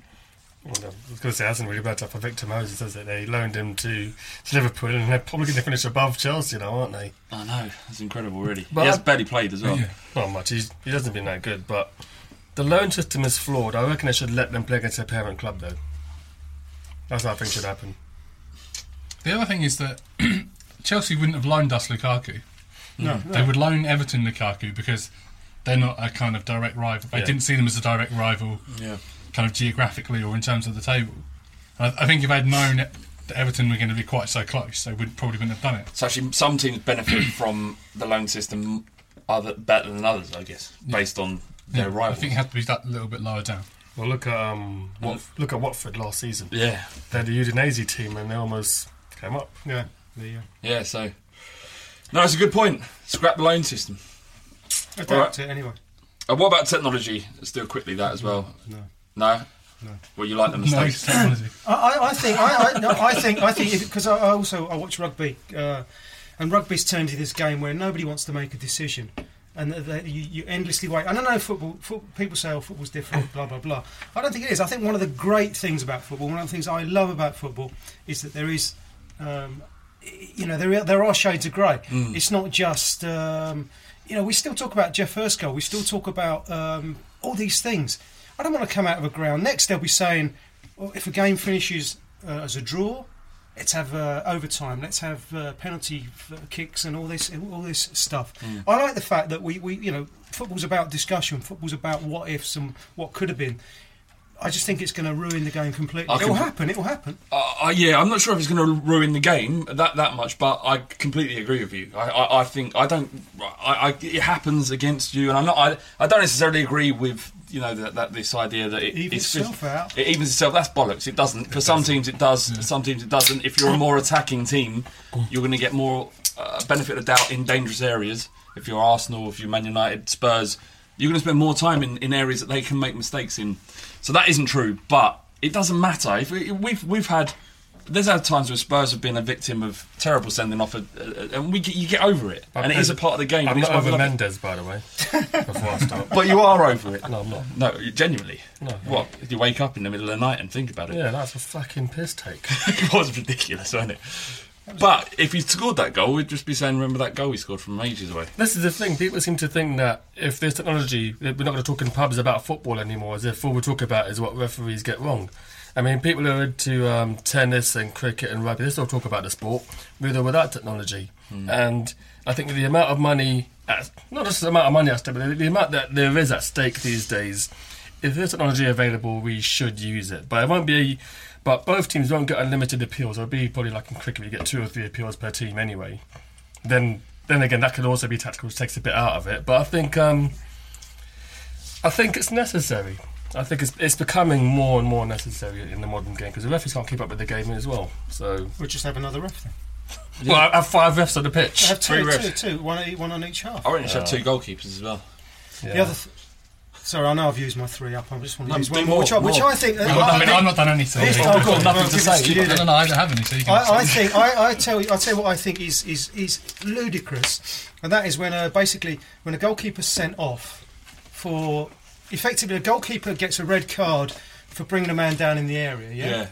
Well, I was going to say, it hasn't really worked out for Victor Moses, has it? They loaned him to, to Liverpool and they're probably going to finish above Chelsea now, aren't they? I know it's incredible, really. But he has I- barely played as well. Yeah. Not much. He's, he hasn't been that good, but the loan system is flawed. I reckon they should let them play against their parent club, though. That's what I think should happen. The other thing is that Chelsea wouldn't have loaned us Lukaku. No, they would loan Everton Lukaku because they're not a kind of direct rival. They Yeah. didn't see them as a direct rival, Yeah. kind of geographically or in terms of the table. And I, I think if they'd known that Everton were going to be quite so close, they would probably wouldn't have done it. So actually, some teams benefit from the loan system other better than others, I guess, based on their I rivals. think it had to be that little bit lower down. Well, look at um, Wat- Mm. look at Watford last season. yeah, They're the Udinese team and they almost came up. Yeah, there you yeah. So no, it's a good point. Scrap the loan system. go. Adapt Alright. it anyway. And what about technology? Let's do quickly that as well. No. No. Well, you like the No mistakes. technology. I, I, I think I, I, no, I think I think because I, I also I watch rugby, uh, and rugby's turned into this game where nobody wants to make a decision, and th th- you, you endlessly wait. And I know football. Foot, people say, "Oh, football's different." Blah blah blah. I don't think it is. I think one of the great things about football, one of the things I love about football, is that there is, um, y- you know, there are- there are shades of grey. It's not just. Um, you know, we still talk about Jeff Erskine. We still talk about um, all these things. I don't want to come out of a ground. Next, they'll be saying, well, if a game finishes uh, as a draw, let's have uh, overtime. Let's have uh, penalty f- kicks and all this, all this stuff. Mm. I like the fact that we, we, you know, football's about discussion. Football's about what ifs and what could have been. I just think it's going to ruin the game completely. I It will compl- happen. It will happen. Uh, uh, yeah, I'm not sure if it's going to ruin the game that that much, but I completely agree with you. I, I, I think I don't. I, I, it happens against you, and I'm not. I, I don't necessarily agree with you know that, that this idea that it Evens it's itself out. It evens itself. That's bollocks. It doesn't. For some teams it does. For some teams it doesn't. If you're a more attacking team, you're going to get more uh, benefit of doubt in dangerous areas. If you're Arsenal, if you're Man United, Spurs, You're going to spend more time in, in areas that they can make mistakes in. So that isn't true, but it doesn't matter. If we, we've we've had there's had times where Spurs have been a victim of terrible sending off, uh, uh, and we get, you get over it, and it is a part of the game. I'm and it's not why we over love it. Mendes, by the way. Before I start, But you are over it. No, I'm not. No, you- genuinely. No. What? You wake up in the middle of the night and think about it. Yeah, that's a fucking piss take. it was ridiculous, wasn't it? But if he scored that goal, we'd just be saying, "Remember that goal he scored from ages away." This is the thing. People seem to think that if there's technology, that we're not going to talk in pubs about football anymore. As if all we talk about is what referees get wrong. I mean, people who are into um, tennis and cricket and rugby, they still talk about the sport with or without technology. Hmm. And I think the amount of money, at, not just the amount of money at stake, but the, the amount that there is at stake these days. If there's technology available, we should use it. But it won't be. But both teams won't get unlimited appeals. It'll be probably like in cricket, you get two or three appeals per team anyway then then again that could also be tactical which takes a bit out of it but i think um i think it's necessary i think it's, it's becoming more and more necessary in the modern game because the referees can't keep up with the game as well so We'll just have another ref then. well i have five refs on the We'll pitch have Three two, two, refs. two, one, e- one on each half. I reckon you should Uh, have two goalkeepers as well. The other. Th- Sorry, I know I've used my three up. I just want to No, use do one more, more, which, I, which more. I think. I've, not I done, think- I've not done anything. This- I I've got nothing to say. You don't know. I don't have any. So you can I, I think I, I tell you I tell you what I think is is, is ludicrous, and that is when uh, basically when a goalkeeper's sent off for effectively a goalkeeper gets a red card for bringing a man down in the area. Yeah.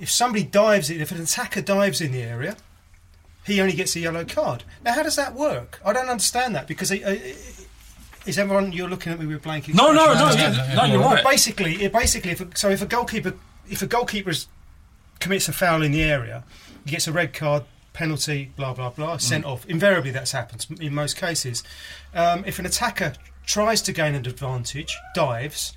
If somebody dives in, if an attacker dives in the area, he only gets a yellow card. Now, how does that work? I don't understand that because. It, uh, is everyone you're looking at me with blank? No, no, no, expressions? no, yeah, no, yeah, no, you're yeah. right. But basically, it basically, if a, so if a goalkeeper, if a goalkeeper is, commits a foul in the area, he gets a red card, penalty, blah blah blah, Mm. sent off. Invariably, that's happened in most cases. Um, if an attacker tries to gain an advantage, dives,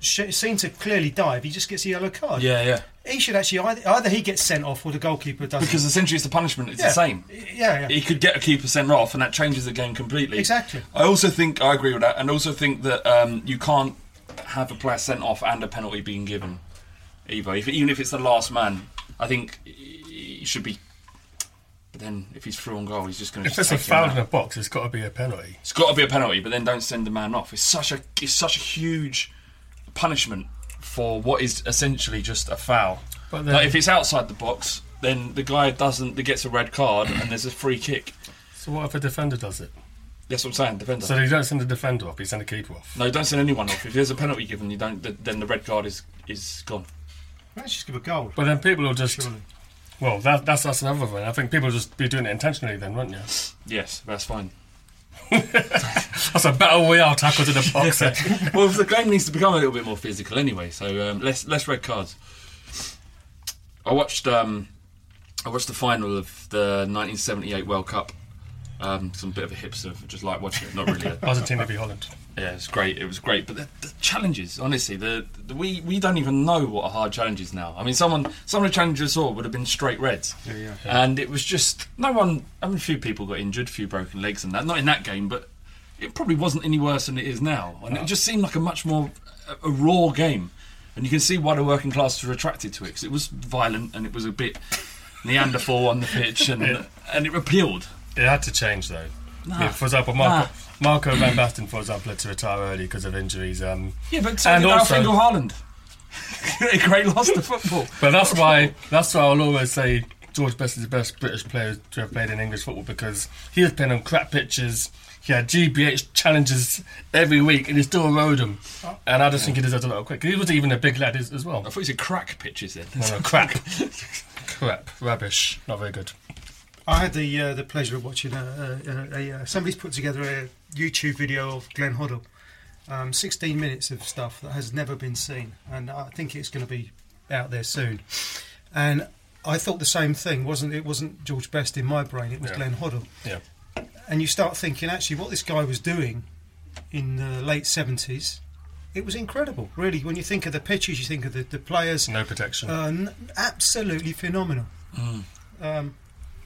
sh- seems to clearly dive, he just gets a yellow card. Yeah, yeah. He should actually either, either he gets sent off or the goalkeeper doesn't. Because essentially, it's the punishment. It's yeah. the same. Yeah, yeah. He could get a keeper sent off, and that changes the game completely. Exactly. I also think I agree with that, and also think that um, you can't have a player sent off and a penalty being given either. If, even if it's the last man, I think he should be. But then, if he's through on goal, he's just going to. if there's a foul in a box it's got to be a penalty It's got to be a penalty, but then don't send the man off. It's such a it's such a huge punishment for what is essentially just a foul. But then- like if it's outside the box, then the guy doesn't that gets a red card and there's a free kick. so what if a defender does it That's what I'm saying. Defender. so you don't send the defender off you send the keeper off no, don't send anyone off. If there's a penalty given, you don't. th- Then the red card is is gone. Let's just give a goal. but then people will just well that, that's that's another one i think people will just be doing it intentionally then won't you Yes, that's fine. that's a battle royale tackle to the box eh? well, the game needs to become a little bit more physical anyway, so um, less less red cards. I watched um, I watched the final of the 1978 World Cup. Um, some bit of a hipster, just like watching it. Not really. A, argentina v holland yeah, it's great. It was great, but the, the challenges, honestly, the, the we we don't even know what a hard challenge is now. I mean, someone some of the challenges I saw would have been straight reds, yeah. and it was just no one. I mean, a few people got injured, a few broken legs, and that. Not in that game, but it probably wasn't any worse than it is now, and it just seemed like a much more a, a raw game, and you can see why the working classes were attracted to it because it was violent and it was a bit Neanderthal on the pitch, and and it appealed. It had to change though. Nah. Yeah, for example, Marco, Ah. Marco van Basten, for example, had to retire early because of injuries. Um, Yeah, but so and did also, Alfred Haaland. a great loss to football. but that's why that's why I'll always say George Best is the best British player to have played in English football because he was playing on crap pitches. He had GBH challenges every week, and he still rode them. And I just think he deserves a lot of credit. 'cause He was even a big lad as, as well. I thought you said crack pitches then. No, no, crap, crap, rubbish, not very good. I had the uh, the pleasure of watching a, a, a, a somebody's put together a YouTube video of Glenn Hoddle, um, 16 minutes of stuff that has never been seen, and I think it's going to be out there soon. And I thought the same thing, wasn't it? Wasn't George Best in my brain? It was Yeah. Glenn Hoddle, Yeah, and you start thinking actually what this guy was doing in the late 70s. It was incredible, really. When you think of the pitches, you think of the, the players. no protection. Uh, n- absolutely phenomenal. Um,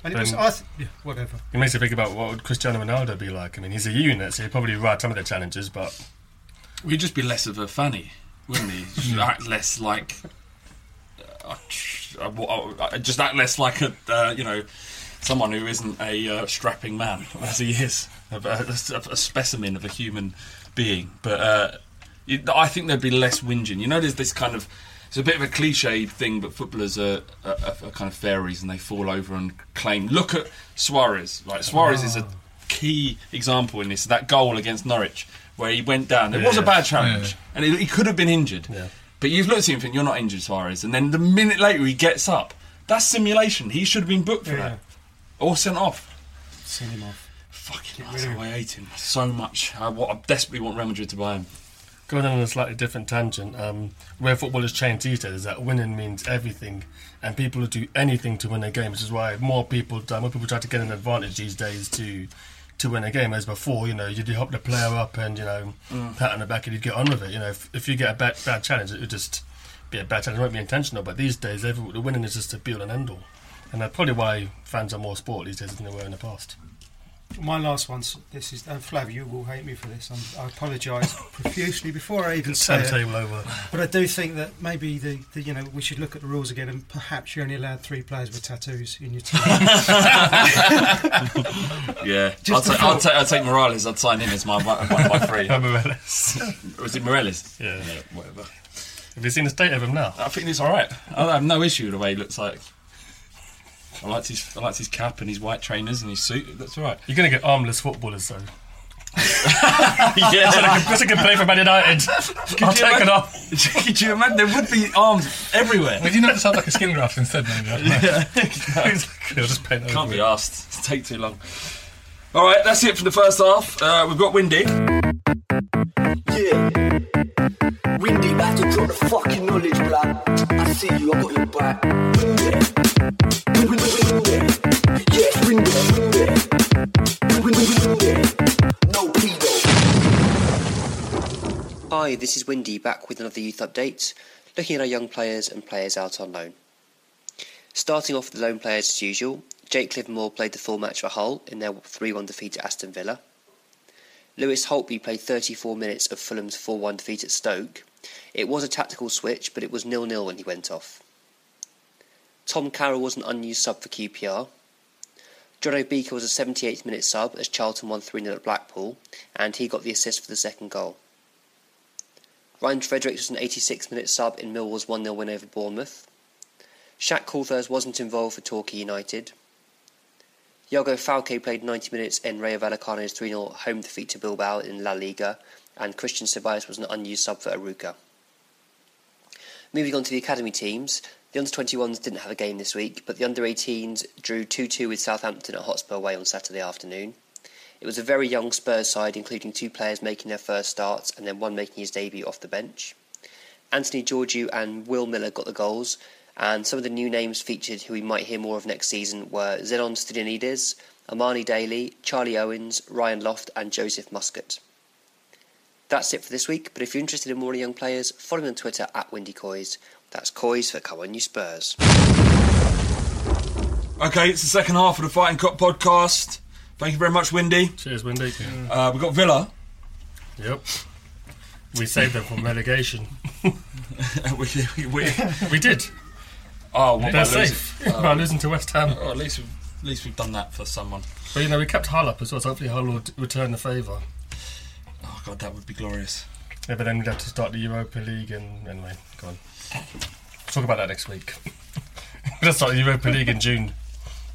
and it was, Then- I th- yeah, whatever. It makes you think about what would Cristiano Ronaldo be like. I mean, he's a unit, so he'd probably ride some of the challenges, but We'd just be less of a fanny, wouldn't he? Just act less like. Uh, uh, just act less like a, uh, you know, someone who isn't a uh, strapping man as he is, a, a- a specimen of a human being. But uh, it, I think there'd be less whinging. You know, there's this kind of it's a bit of a cliched thing, but footballers are, are, are kind of fairies and they fall over and claim. Look at Suarez. Like Suarez is a key example in this. That goal against Norwich, where he went down. It was a Yeah. bad challenge, Yeah. and he, he could have been injured. Yeah. But you've looked at him and think you're not injured, Suarez, and then the minute later he gets up. That's simulation. He should have been booked for Yeah. that or sent off. Send him off. Fucking hell, I hate him so much. I, wa- I desperately want Real Madrid to buy him. Going on a slightly different tangent, um, where football has changed these days is that winning means everything, and people will do anything to win a game, which is why more people uh, more people try to get an advantage these days to to win a game. As before, you know, you'd hop the player up and you know pat on the back and you'd get on with it. You know, if, if you get a bad, bad challenge, it would just be a bad challenge. It won't be intentional, but these days, every, the winning is just a be all and end all, and that's probably why fans are more sport these days than they were in the past. My last one. so This is and Flav, you will hate me for this. i I apologise profusely before I even say it. Turntable over. But I do think that maybe the, the you know we should look at the rules again, and perhaps you're only allowed three players with tattoos in your team. Yeah, I'll, Just ta- before- I'll, ta- I'll take Morales. I'd sign him as my one one of my three. Was it Morales? Yeah. whatever. Have you seen the state of him now? I think he's all right. I have no issue with the way he looks like. I liked his I liked his cap and his white trainers and his suit. It looks all right. You're going to get armless footballers, though. yeah, That's a good play for Man United. I'll you take imagine- it off. could you imagine? There would be arms everywhere. Would you not just have like a skin graft instead, maybe? I don't know. They'll just paint over Can't be it. asked. It's take too long. All right, that's it for the first half. Uh, we've got windy. Yeah. Windy, about to drop the fucking knowledge, blood. I see you, I got your back. Windy. Windy, windy. Yes, windy, windy. Windy, windy. No pedo. Hi, this is Windy back with another youth update, looking at our young players um, and players out on loan. Starting off with the loan players as usual, Jake Livermore played the full match for Hull in their 3 1 defeat at Aston Villa. Lewis Holtby played 34 minutes of Fulham's 4 1 defeat at Stoke. It was a tactical switch, but it was nil nil when he went off. Tom Carroll was an unused sub for QPR. John O'Beaker was a 78th minute sub as Charlton won 3 0 at Blackpool, and he got the assist for the second goal. Ryan Fredericks was an 86 minute sub in Millwall's 1 0 win over Bournemouth. Shaq Coulthers wasn't involved for Torquay United. Iago Falque played 90 minutes in Rayo Vallecano's 3 0 home defeat to Bilbao in La Liga, and Christian Ceballos was an unused sub for Aruca. Moving on to the academy teams, the under 21s didn't have a game this week, but the under 18s drew 2 2 with Southampton at Hotspur away on Saturday afternoon. It was a very young Spurs side, including two players making their first starts and then one making his debut off the bench. Anthony Georgiou and Will Miller got the goals, and some of the new names featured who we might hear more of next season were Zenon Studianides, Amani Daly, Charlie Owens, Ryan Loft, and Joseph Muscat. That's it for this week, but if you're interested in more young players, follow me on Twitter at Windy Coys. That's Coys for Come On You Spurs. Okay, it's the second half of the Fighting Cop podcast. Thank you very much, Windy. Cheers, Windy. Uh, we've got Villa. Yep. We saved them from relegation. we, we, we, We did. oh, what They're about losing? safe by losing to West Ham. Oh, at least we've, at least we've done that for someone. But you know, we kept Hull up as well, so hopefully Hull will d- return the favour. Oh god, that would be glorious. Yeah, but then we'd have to start the Europa League and. Anyway, go on. Talk about that next week. We'll start the Europa League in June.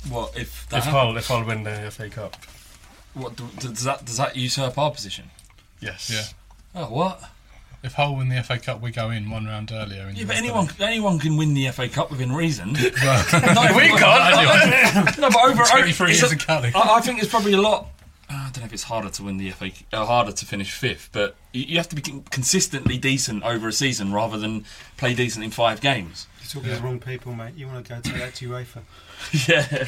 What if that? If Uh-huh. Hull, if Hull win the FA Cup. what do, does that does that usurp our position? Yes. Yeah. Oh what? If Hull win the FA Cup, we go in one round earlier. in Yeah, the but Europa anyone League. anyone can win the FA Cup within reason. no, we can't. no, but over 23 it's years a- in Cali. I, I think it's probably a lot. Uh, I don't know if it's harder to win the FA, uh, harder to finish fifth, but you, you have to be con- consistently decent over a season rather than play decent in five games. You're talking to the wrong people, mate. You want to go to that to UEFA? Yeah.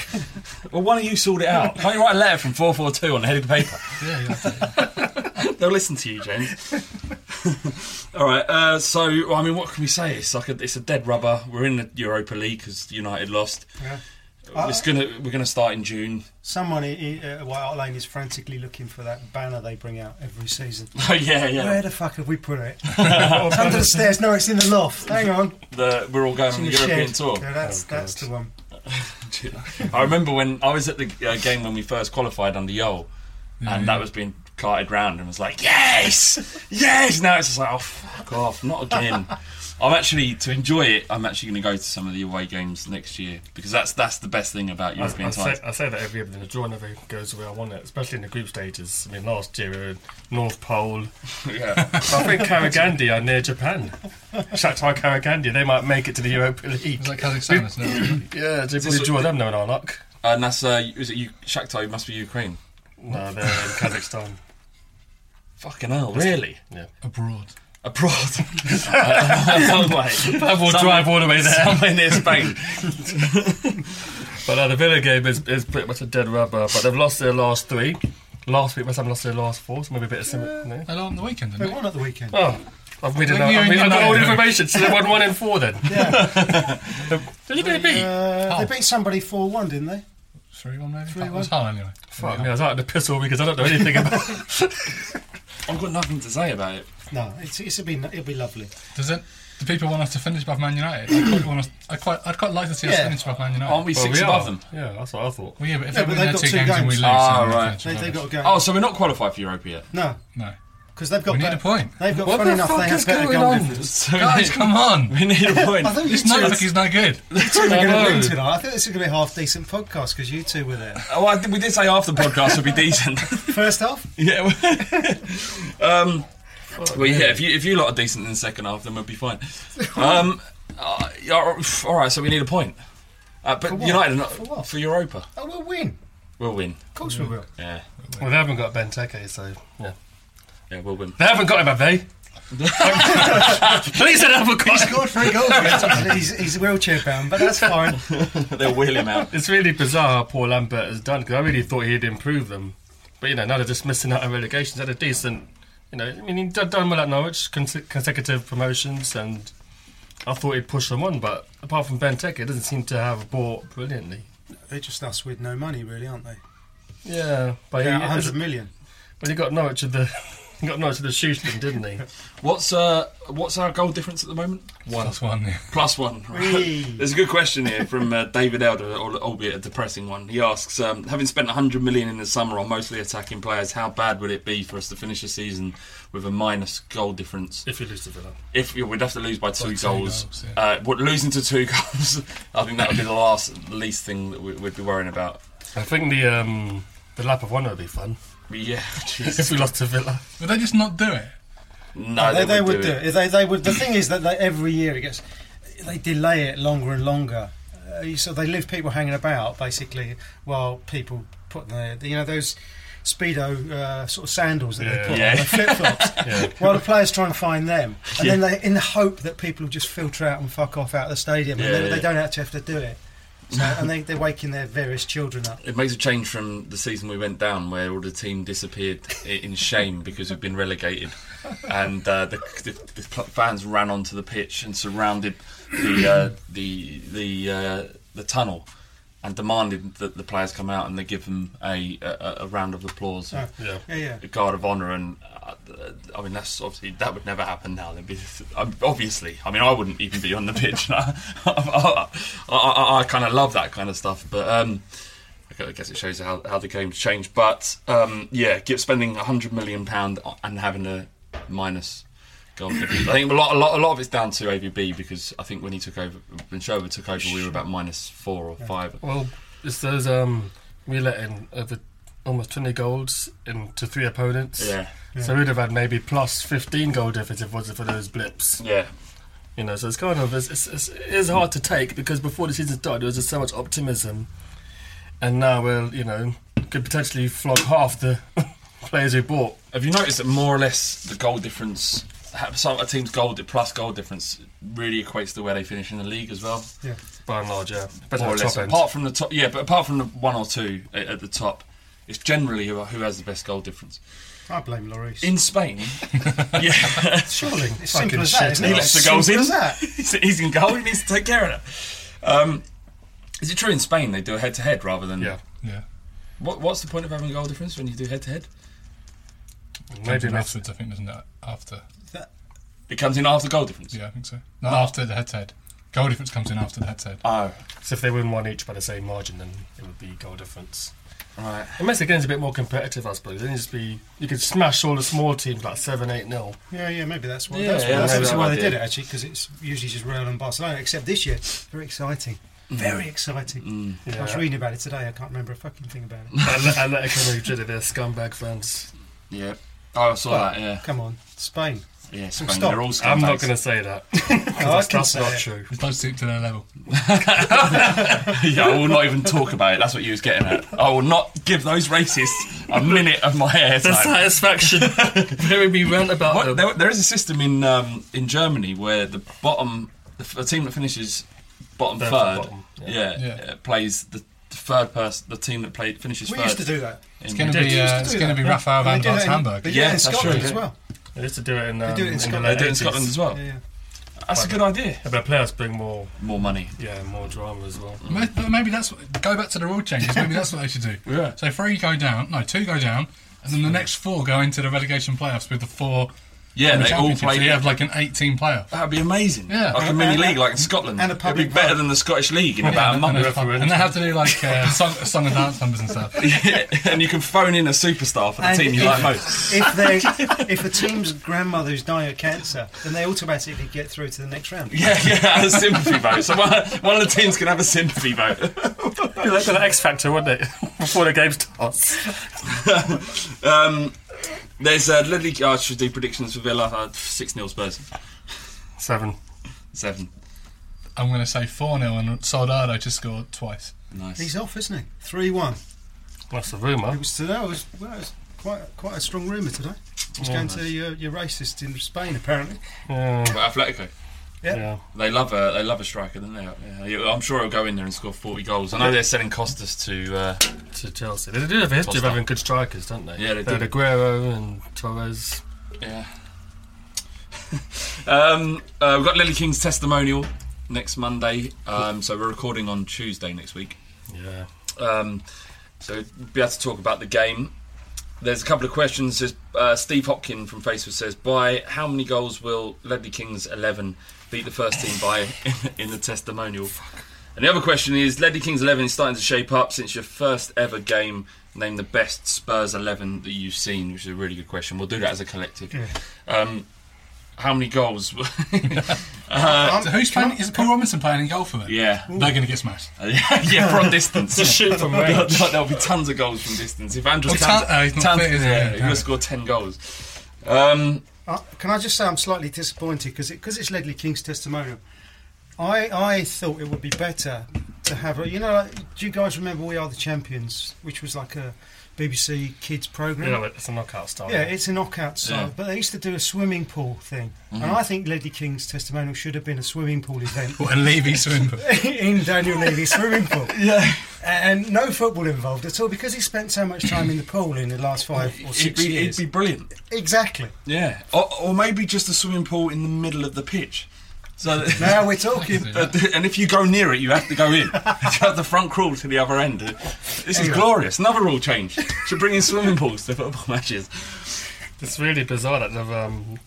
well, one of you sort it out. Can't you write a letter from 442 on the headed paper? Yeah, yeah. They'll listen to you, James. All right. Uh, so, well, I mean, what can we say? It's like a, it's a dead rubber. We're in the Europa League because United lost. Yeah. Uh, it's gonna we're gonna start in June. Someone i- i- at White Hart Lane is frantically looking for that banner they bring out every season. Oh yeah, yeah. Where the fuck have we put it? it's under the stairs. No, it's in the loft. Hang on. The, we're all going It's on in the the European shed. tour. Yeah, that's, that's the one. watch it. I remember when I was at the uh, game when we first qualified under Yole, Yeah, and yeah. that was being carted round and was like, yes, yes. Now it's just like, oh, fuck off, not again. I'm actually to enjoy it. I'm actually going to go to some of the away games next year because that's that's the best thing about I, I, European say, times. I say that every year, but then the draw never goes the way I want it, especially in the group stages. I mean, last year we were in North Pole. Yeah. I think Karagandhi are near Japan. Shakhtar Karagandhi, they might make it to the Europa League. It's like Kazakhstan, isn't it? yeah, they Is probably this- draw them now in our luck. And that's uh, is it you, Shakhtar? Must be Ukraine. No, they're in Kazakhstan. Fucking hell! That's- Really? Yeah. Abroad. Abroad. Some way. That will drive all the way there. Somewhere near Spain. But uh, the Villa game is, is pretty much a dead rubber. But they've lost their last three. Last week, West Ham lost their last four, so maybe a bit of similar. No? They on the weekend, They didn't won at the weekend. Oh, I've read Maybe enough. you I've and read your enough all the neighbour. information. So they won one in four then. Did they beat? Uh, They beat somebody 4 1, didn't they? Three one maybe. 3-1. That was Hull anyway. Fuck me, I was out in the piss all because I don't know anything about I've got nothing to say about it. No, it's, it's be, it'll be lovely. Does it? Do people want us to finish above Man United? I quite want us. I quite. I'd quite like to see us Yeah. finish above Man United. Aren't we Well, six we above are. them? Yeah, that's what I thought. Well, yeah, but if Yeah, they but win they've their got two two games and we games. lose, Ah, then we're right. finished They, above they've got to go. Oh, so we're not qualified for Europa yet. No, No. because they've got We need better- a point. They've got, What funny the enough, fuck they is have better going goal on? difference. So we Guys, need- come on. We need a point. I think you This two, notebook is no good. you two are going I to win know. tonight. I think this is going to be a half decent podcast because you two were there. Oh, I, think we did say after the podcast would be decent. First half, yeah. um, well, yeah. If you if you lot are decent in the second half, then we'll be fine. Um, uh, yeah, all right. So we need a point. Uh, but For what? United are not For what? for Europa. oh, we'll win. We'll win. Of course we will. Yeah. Well, they haven't got Benteke, so yeah. Yeah, we'll win. They haven't got him, have they? Please, they haven't got him. Scored three goals. yeah. he's, he's wheelchair bound, but that's fine. They'll wheel him out. It's really bizarre how Paul Lambert has done because I really thought he'd improve them, but you know now they're just missing out on relegations. Had a decent, you know, I mean he'd done- done well at Norwich, conse- consecutive promotions, and I thought he'd push them on. But apart from Benteke, it doesn't seem to have bought brilliantly. They're just us with no money, really, aren't they? Yeah, but Yeah, he, 100 million. well, he got Norwich of the he got Norwich of the Shoestring, didn't he? What's uh what's our goal difference at the moment? One. That's one. Yeah. Plus one. Whee. There's a good question here from uh, David Elder, al- albeit a depressing one. He asks, um, having spent 100 million in the summer on mostly attacking players, how bad would it be for us to finish the season with a minus goal difference? if you lose to Villa, If yeah, we'd have to lose by two, two goals, goals, yeah. uh, what, losing to two goals, I think that would be the last, the least thing that we, we'd be worrying about. I think the um, the lap of one would be fun But yeah, if Jesus. we lost to Villa. Would they just not do it? no, they, they would do it. They, they would. The thing is that they, every year it gets, they delay it longer and longer. Uh, so they leave people hanging about basically while people put their, you know, those speedo uh, sort of sandals that Yeah. they put Yeah. on, the flip flops, while the players try and find them, and then they, in the hope that people will just filter out and fuck off out of the stadium, Yeah, and then yeah. they don't actually have to do it. So, and they, they're waking their various children up. It makes a change from the season we went down, where all the team disappeared i- in shame because we've been relegated, and uh, the, the, the pl- fans ran onto the pitch and surrounded the uh, the the uh, the tunnel and demanded that the players come out and they give them a a, a round of applause. So, Yeah. yeah, yeah. A guard of honour, and uh, I mean that's obviously that would never happen now. There'd be um, obviously, I mean I wouldn't even be on the pitch. I, I, I, I, I kind of love that kind of stuff, but um, I guess it shows how, how the game's changed. But um, yeah, give, spending hundred million pound and having a minus. goal difference. I think a lot, a lot, a lot of it's down to AVB because I think when he took over, when Sherwood took over, we were about minus four or five. Well, it's those um, we let in over almost 20 goals into three opponents. Yeah, So we'd have had maybe plus 15 goal difference if it wasn't for those blips. yeah. You know, so it's kind of it's, it's, it's, it is hard to take because before the season started, there was just so much optimism, and now we're you know could potentially flog half the players we bought. Have you noticed that more or less the goal difference, ha- some a team's goal di- plus goal difference, really equates to where they finish in the league as well? yeah. By and large, yeah. More or Better less. top end. Apart from the top, yeah, but apart from the one or two at, at the top, it's generally who, who has the best goal difference I blame Lloris. in Spain. yeah, Surely, it's Fucking simple as that. shit, Isn't he it? lets It's the goals simple in. as that. he's, he's in goal. He needs to take care of that. Um, is it true in Spain they do a head to head rather than? yeah. Yeah. What, what's the point of having a goal difference when you do head to head? Maybe Maybe that's afterwards, I think, doesn't it? After. It comes in after goal difference. Yeah, I think so. Not after the head to head. Goal difference comes in after that, Ted. Oh. So if they win one each by the same margin, then it would be goal difference. Right. It makes the games a bit more competitive, I suppose. Then you just be you could smash all the small teams like seven, eight nil. Yeah, yeah, maybe that's why. Yeah, that's yeah, that's maybe obviously why that they idea. did it actually, because it's usually just Real and Barcelona. Except this year, very exciting, Mm. very exciting. I was Yeah. reading about it today. I can't remember a fucking thing about it. Atletico Madrid are their scumbag fans. Yeah. Oh, I saw Well, that. Yeah. Come on, Spain. Yeah, Some Spain, stock. they're all scumbags. I'm not going to say that. 'Cause that's can that's say not it. true. It's close to their level. yeah, I will not even talk about it. That's what you was getting at. I will not give those racists a minute of my The airtime. satisfaction hearing me rant about What- them. there, there is a system in um, in Germany where the bottom, the, f- the team that finishes bottom Third third, from bottom, yeah, Yeah. uh, plays the, the third person, the team that played finishes We first. used to do that. It's in- going to They be used uh, to it's do going to that. be Raphael van And they do Dijk that in- Hamburg. They do Yeah, that in that's true. Scotland as well. They used to do it in. They Um, do it in Scotland. they the do it in 80s. Scotland as well. Yeah, yeah. uh, That's a good idea. Yeah, but players bring more, More money. yeah, more drama as well. Ma- But maybe that's what, go back to the rule changes. Maybe that's what they should do. Yeah. So three go down, no, two go down, and then the next four go into the relegation playoffs with the four. Yeah, in the they all championship. So play. you have like an eight-team playoff. That'd be amazing. Yeah. like a And- mini and- league, like in Scotland. and a It'd be public better vote. than the Scottish league in Yeah, about a and, month. and, and they have to do like uh, song, song and dance numbers and stuff. Yeah, and you can phone in a superstar for the And team you if- like most. if they, if a team's grandmother's dying of cancer, then they automatically get through to the next round. Yeah, yeah, a sympathy vote. So one, one of the teams can have a sympathy vote. It'd be like an X Factor, wouldn't it? Before the game starts. um, there's uh, Ludwig. I should do predictions for Villa. Uh, Six 0 Spurs. Seven. Seven. I'm going to say 4 0, and Soldado just scored twice. Nice. He's off, isn't he? Three one. That's the It rumour. was today. It was, well, it was quite quite a strong rumour today. It's going to your, your racist in Spain apparently. Yeah. But Atletico, yeah. they love a they love a striker, don't they? Yeah, you- I'm sure he'll go in there and score 40 goals. I know they're selling Costas to. Uh, To Chelsea. They do have a history of Costa. having good strikers, don't they? Yeah, they had do. Aguero and Torres. yeah. um, uh, we've got Lily King's testimonial next Monday. Um, so we're recording on Tuesday next week. Yeah. Um, so be able to talk about the game. There's a couple of questions. There's, uh, Steve Hopkin from Facebook says, "By how many goals will Ledley Kings eleven beat the first team by in the testimonial?" And the other question is, Ledley Kings eleven is starting to shape up since your first ever game. Name the best Spurs eleven that you've seen, which is a really good question. We'll do that as a collective. Um, how many goals? Um, so who's playing? Is Paul Robinson playing in goal for them? yeah, They're going to get smashed. Uh, yeah, yeah, from distance. shoot from range. There'll- There'll be tons of goals from distance. If Andrew Well, Towns, Tan- uh, he's not Towns- fit, is he? yeah, Yeah, he no. must score ten goals. Um, Uh, can I just say I'm slightly disappointed because because it's Ledley King's testimonial. I I thought it would be better to have a you know like, do you guys remember We Are the Champions, which was like a BBC kids program. You know, it's a knockout style. Yeah, it's a knockout style, Yeah. but they used to do a swimming pool thing, and I think Lady King's testimonial should have been a swimming pool event What, and Levy swim. in Daniel Levy's swimming pool. Yeah, and no football involved at all because he spent so much time in the pool in the last five or it'd, six be, it'd years. be brilliant. Exactly. Yeah, or, or maybe just a swimming pool in the middle of the pitch. So, that- Now we're talking. but- and if you go near it, you have to go in. you have the front crawl to the other end. This is glorious. Another rule change. Should bring in swimming pools to football matches. It's really bizarre that the, um,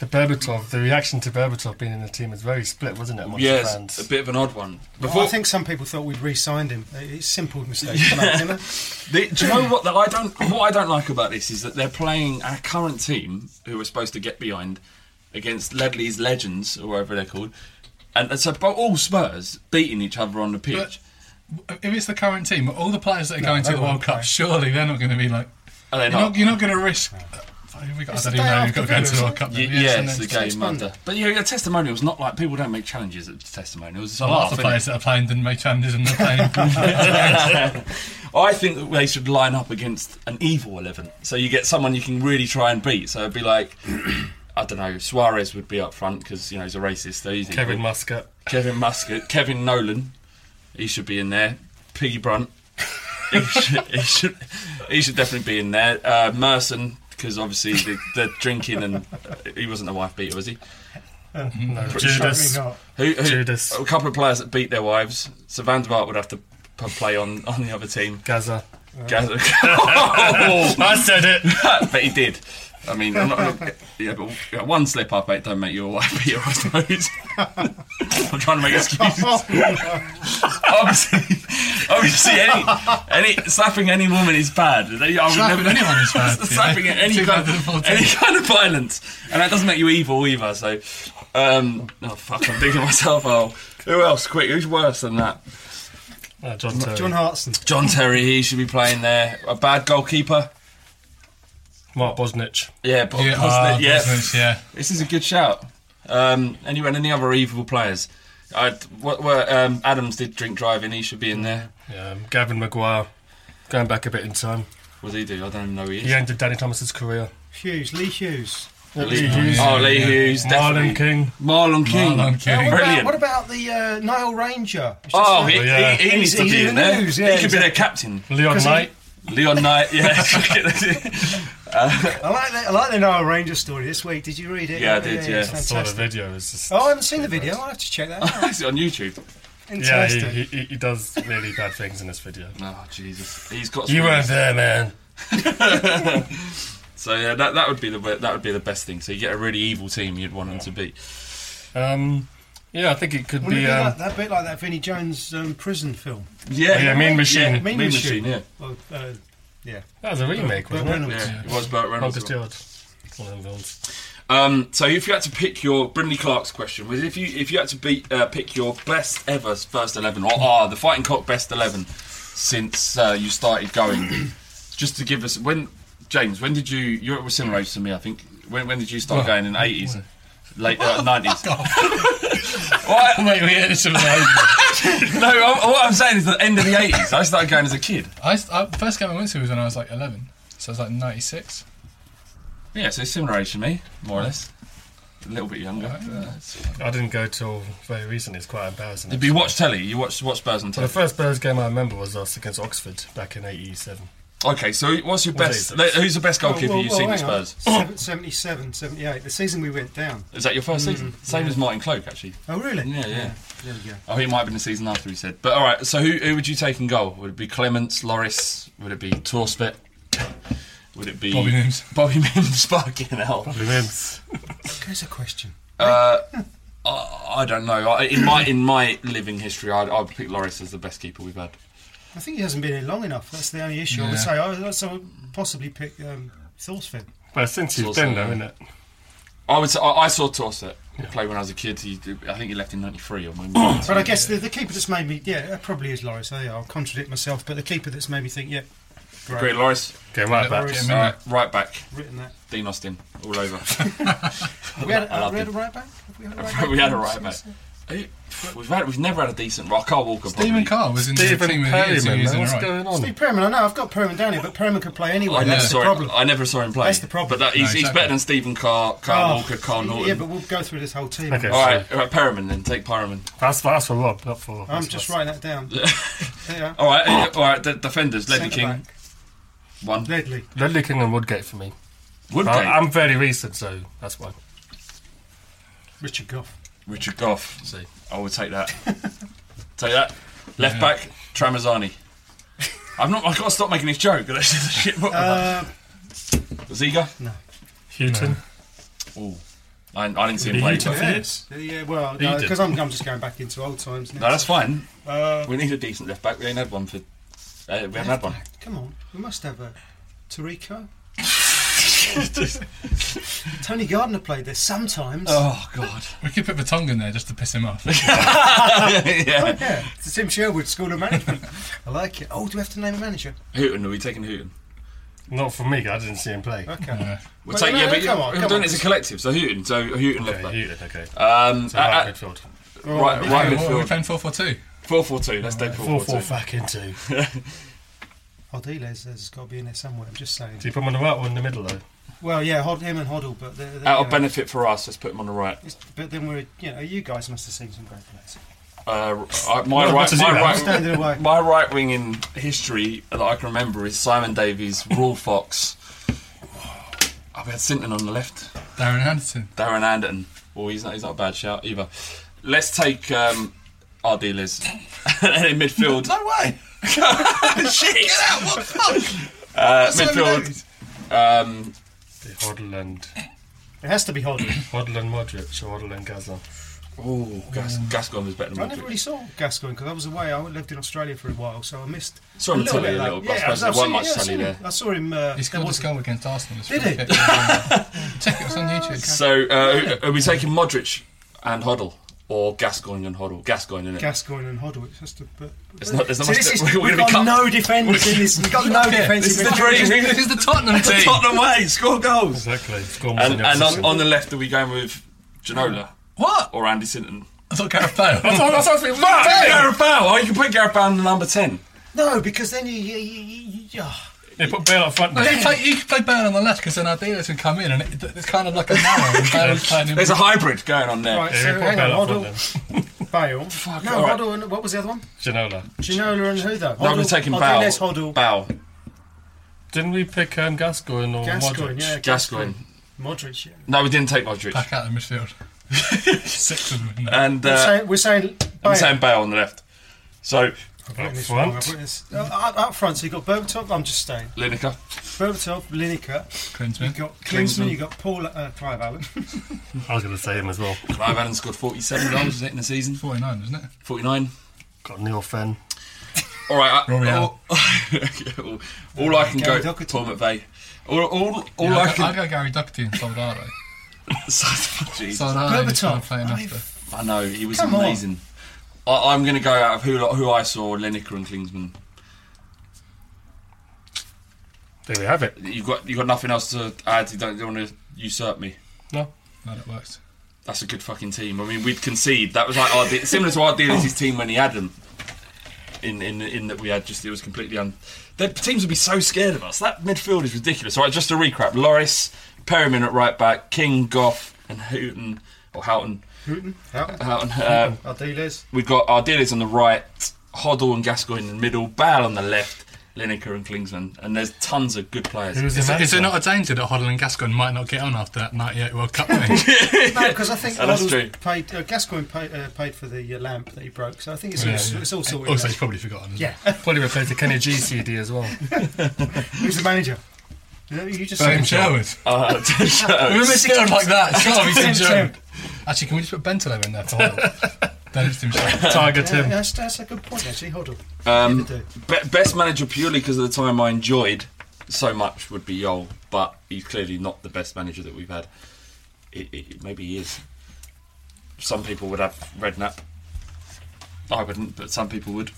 the Berbatov, the reaction to Berbatov being in the team is very split, wasn't it? amongst the Yeah, it's fans? a bit of an odd one. Well, I think some people thought we'd re-signed him. It's simple mistake. to make, isn't it? The, do you know what? Though I don't. What I don't like about this is that they're playing our current team, who we're supposed to get behind, against Ledley's Legends or whatever they're called, and so but all Spurs beating each other on the But pitch. if it's the current team, all the players that are going to they the World won't Cup, play. surely they're not going to be like. Are they You're not, not? you're not going to risk. I don't even know. It's the day You've after got to go to the Villa, World Cup. Y- then, yeah, and it's the then- game Monday. under. But yeah, your testimonials not like people don't make challenges at testimonials. It's a A lot laugh. of the isn't it? players that are playing didn't make challenges and they're playing. in- I think that they should line up against an evil eleven. So you get someone you can really try and beat. So it'd be like. I don't know. Suarez would be up front because you know he's a racist. So he's Kevin evil. Muscat. Kevin Muscat, Kevin Nolan, he should be in there. Piggy Brunt, he should, he should, he should definitely be in there. Uh, Merson, because obviously the, the drinking and uh, he wasn't a wife beater, was he? No, Certainly Judas. not. Who, who, Judas. A couple of players that beat their wives. So Van der Vaart would have to p- play on, on the other team. Gaza. Gaz- oh, I said it. but he did. I mean, I'm not, look, yeah, but yeah, one slip up, mate, don't make your wife here, I suppose. I'm trying to make excuses. obviously, obviously, any, any slapping any woman is bad. They- I would Slapping never- anyone is bad, yeah. slapping any kind, of, 2014. any kind of violence, and that doesn't make you evil either. So, um, oh fuck, I'm digging myself out. Who else? Quick, who's worse than that? John Terry. John Hartson. John Terry, he should be playing there. A bad goalkeeper. Mark Bosnich. Yeah, but Yeah, yeah, ah, yeah. Bosnich, yeah. This is a good shout. Um, anyone, any other evil players? I what, what um, Adams did drink driving. He should be in there. Yeah, um, Gavin Maguire. Going back a bit in time. What does he do? I don't even know who he is. He ended Danny Thomas's career. Um, Hughes, Lee Hughes. Lee Hughes. Oh, Lee Hughes. Marlon definitely. King. Marlon King. Marlon King. What about, Brilliant. what about the uh, Niall Ranger? Oh, he, Oh, yeah. he, he He's- needs to he's be in in the there. news, he yeah, could be their captain. Leon Knight. Leon Knight, yeah. I like the, I like the Niall Ranger story this week. Did you read it? Yeah, I did, yeah. it's I I saw the fantastic. video. It's just, Oh, I haven't seen the video. I'll have to check that out. He's on YouTube. yeah, he, Interesting. he, he- he does really bad things in this video. Oh, Jesus. He's got You some- weren't there, man. So, yeah, that, that, would be the, be- that would be the best thing. So, you get a really evil team you'd want them to beat. Um, yeah, I think it could Would it be. be Um, like, that bit like that Vinnie Jones um, prison film? Yeah, yeah, Mean Machine. Mean, Machine, yeah. Well, uh, yeah. that was a remake, Burt wasn't it? Reynolds. Yeah, it was Burt Reynolds. Longest Yard. One of them films. Um, so if you had to pick your Brindley Clark's question was if you if you had to beat, uh, pick your best ever first eleven or ah the Fighting Cock best eleven since uh, you started going, just to give us when James when did you you were similar age to me I think when when did you start going in eighties late uh, nineties. Mate, we hit this in the- no, i what I'm saying is the end of the eighties. I started going as a kid. I, I, first game I went to was when I was like 11, so I was like 96. Yeah, so similar age to me more or less, a little bit younger. Uh, I didn't go till very recently. It's quite embarrassing. did you watch telly? You watched watch Spurs on Well, telly. the first Spurs game I remember was us against Oxford back in '87. Okay, so what's your What best? is it? Who's the best goalkeeper Well, well, you've well, seen at hang on. Spurs? Seven- 77, 78, the season we went down. Is that your first season? Same as Martin Cloak, actually. Mm. Oh, really? Yeah, yeah. There we go. I think it might have been the season after he said. But all right, so who, who would you take in goal? Would it be Clements, Loris? Would it be Torspit? Would it be Bobby Mims. Bobby Mims, fucking hell. There's a question. I, I don't know. I, in my in my living history, I'd, I'd pick Loris as the best keeper we've had. I think he hasn't been here long enough. That's the only issue I Yeah. would say. I would, so I would possibly pick um, Thorsford. Well, since you've Also, been there, yeah. isn't it? I would. Say, I, I saw Torspit play when I was a kid. He, I think he left in '93 or maybe. But I guess the, the keeper that's made me, yeah, it probably is Loris. eh? I'll contradict myself, but the keeper that's made me think, yeah, great. Great, Loris. Okay, right Yeah, back. Loris. All right, right back. Written that. Dean Austin, all over. We had, I uh, loved we had a him. right back. Have We had a right Yes, we had a right back. yes. We've had, we've never had a decent. Well, Carl Walker. Stephen probably. Carr was in the team of the year two Perryman, years man, in a what's row. going on? Steve Perriman, I know I've got Perriman down here, but Perriman can play anywhere. I never That's saw the problem. him. I never saw him play. That's the problem. Oh, But that, he's, No, he's exactly. better than Stephen Carr, Carl Walker, Carl Norton. Yeah, but we'll go through this whole team. Okay. all right, all right, Perriman then. Take Perriman. That's, that's for Rob, not for. I'm that's just for us. writing that down. yeah. All right, uh, all right. The defenders: Ledley Centre King, back. one. Ledley. Ledley King and Woodgate for me. Woodgate, I, Uh, I'm very recent, so that's why. Richard Goff. Richard Goff. See, I will take that. take that. Left back: Tramazzani. I've not. I've got to stop making this joke. That's just a shit. footballer. Uh, Ziga. Houghton. Oh, I, I didn't see him play. Houghton but- for No, you? yes. Yeah, well, He did. because I'm, I'm just going back into old times now. that's fine. Uh, We need a decent left back. We ain't had one for. Uh, we haven't had one. Come on, we must have a Tarico. Tony Gardner played there sometimes. Oh God. We could put Vertonghen there just to piss him off. yeah. Yeah, it's the Tim Sherwood School of Management. I like it. Oh, do we have to name a manager? Hooton. Are we taking Hooton? Not for me. I didn't see him play. Okay. We'll Well, take, no, yeah, no, but come yeah, on, we're come doing on. it as a collective. So Houghton, so Houghton left Okay, back. Houghton. Okay. Um, so uh, right uh, midfield. right, Right, right what, are we midfield. playing 4 4 2? Four four two. Let's take four four Four four two. fucking two. Ardiles has got to be in there somewhere. I'm just saying. Do you put him on the right one in the middle though? Well, yeah, Hod, him and Hoddle, but they're, they're, Out you of know, benefit for us, let's put him on the right. it's- But then we're, you know, you guys must have seen some great plays. Uh, I- my Not right, much to do my now. Standing away. right, my right wing in history that I can remember is Simon Davies, Raw Fox. I've had Sinton on the left. Darren Anderson. Darren Anderton. Well, he's not. He's not a bad shout either. Let's take um, our dealers and in midfield. No way! Shit! Get out! What the fuck? Uh, midfield. Um, Hoddle and It has to be Hodgson. Hoddle and Modric or Hoddle and Gazan. Oh, Gas- Gascoigne was better than I never Modric. really saw Gascoigne because I was away. I lived in Australia for a while, so I missed. Saw him on little telly bit a of little that. bit, I Yeah, suppose there I've wasn't seen- much yeah, I telly saw there. him- I saw him. Uh, He scored his goal against Arsenal. It's Did really he? good. Check it, it's on YouTube. So, uh, are we taking Modric and Hoddle or Gascoigne and Hoddle? Gascoigne, isn't it? Gascoigne and Hoddle. It's just a bit. There's not- there's not See, much this to- is- we're gonna we've got be cut. no defence in this. We've got no Yeah, defence. this is in the dream. This is the Tottenham team. Tottenham way, score goals. Exactly. Score And, the and on, opposition. on the left, are we going with Janola? What? Or Andy Sinton? I thought Gareth Bale. I thought- I thought it was Gareth Bale. Gareth Bale. Oh, you can put Gareth Bale in the number 10. No, because then you. you, you, you- you ah. They put Bale up front. No, you, play, you could play Bale on the left because then Ardiles would come in and it, it's kind of like a narrow. and Bale's playing in- There's a hybrid going on there. Right, Yeah, so put hang Bale on, up front Hoddle, Bale. Fuck, no, all right. Hoddle and what was the other one? Ginola. Ginola and who though? No, we're Hoddle, taking Bale. Ardiles, Hoddle, Bale. Didn't we pick um, Gascoigne or Gascoigne, Modric? yeah, Gascoigne. Modric. Yeah. No, we didn't take Modric. Back out of midfield. Six of them in there. And we're, uh, saying, we're saying Bale. I'm saying Bale on the left. So, Up This wrong, I've front. written this- uh, up, up front, so you've got Berbatov. I'm just staying. Lineker. Berbatov, Lineker. Klinsmann. You've got Klinsman. You've got Paul uh, Clive Allen. I was going to say him as well. Clive Allen scored 47 goals is it, in the season. 49, isn't it? 49. Got Neil Fenn. All right. I, Rory uh, all, all, all I can Gary go. Doherty. Paul McVeigh. All, all, all Yeah, I I'd, go, I'd can. go Gary Doherty and Soldado. Jesus. Soldado was trying Berbatov. to play I enough mean, there. I know he was Come on. amazing. I, I'm going to go out of who who I saw Lineker and Klingsman. There we have it. You've got you have got nothing else to add. You don't, you don't want to usurp me. No. No, that works. That's a good fucking team. I mean, we'd concede. That was like our de- similar to our deal with his team when he had them. In, in in that we had just it was completely un. The teams would be so scared of us. That midfield is ridiculous. All right, just to recap: Loris, Perryman at right back, King, Goff, and Houghton or Houghton. Hooton. Out. Houghton. Uh, Ardiles. We've got our dealers on the right, Hoddle and Gascoigne in the middle, Bale on the left, Lineker and Klingsman, and there's tons of good players. Who was the Is, it- is there manager? not a danger that Hoddle and Gascoigne might not get on after that 98 World Cup thing? No, because I think Oh, that's Hoddle's true. paid. Uh, Gascoigne paid, uh, paid for the uh, lamp that he broke, so I Oh, think it's all, it's all sorted. also, out. he's probably forgotten. As yeah. Probably replaced the Kenny G CD as well. Who's the manager? No, You just Well. Tim said- Sherwood. Uh, We so- were midfield like that. It's gotta be Tim Tim Sherwood. Actually, can we just put Bentelo in there for Hoddle? then it's Tim Sherwood. Target Yeah, him. that's, that's a good point actually. Hoddle. um, Yeah, they do. be- best manager purely because of the time I enjoyed so much would be Yol, but he's clearly not the best manager that we've had. It, it, maybe he is. Some people would have Redknapp. I wouldn't, but some people would.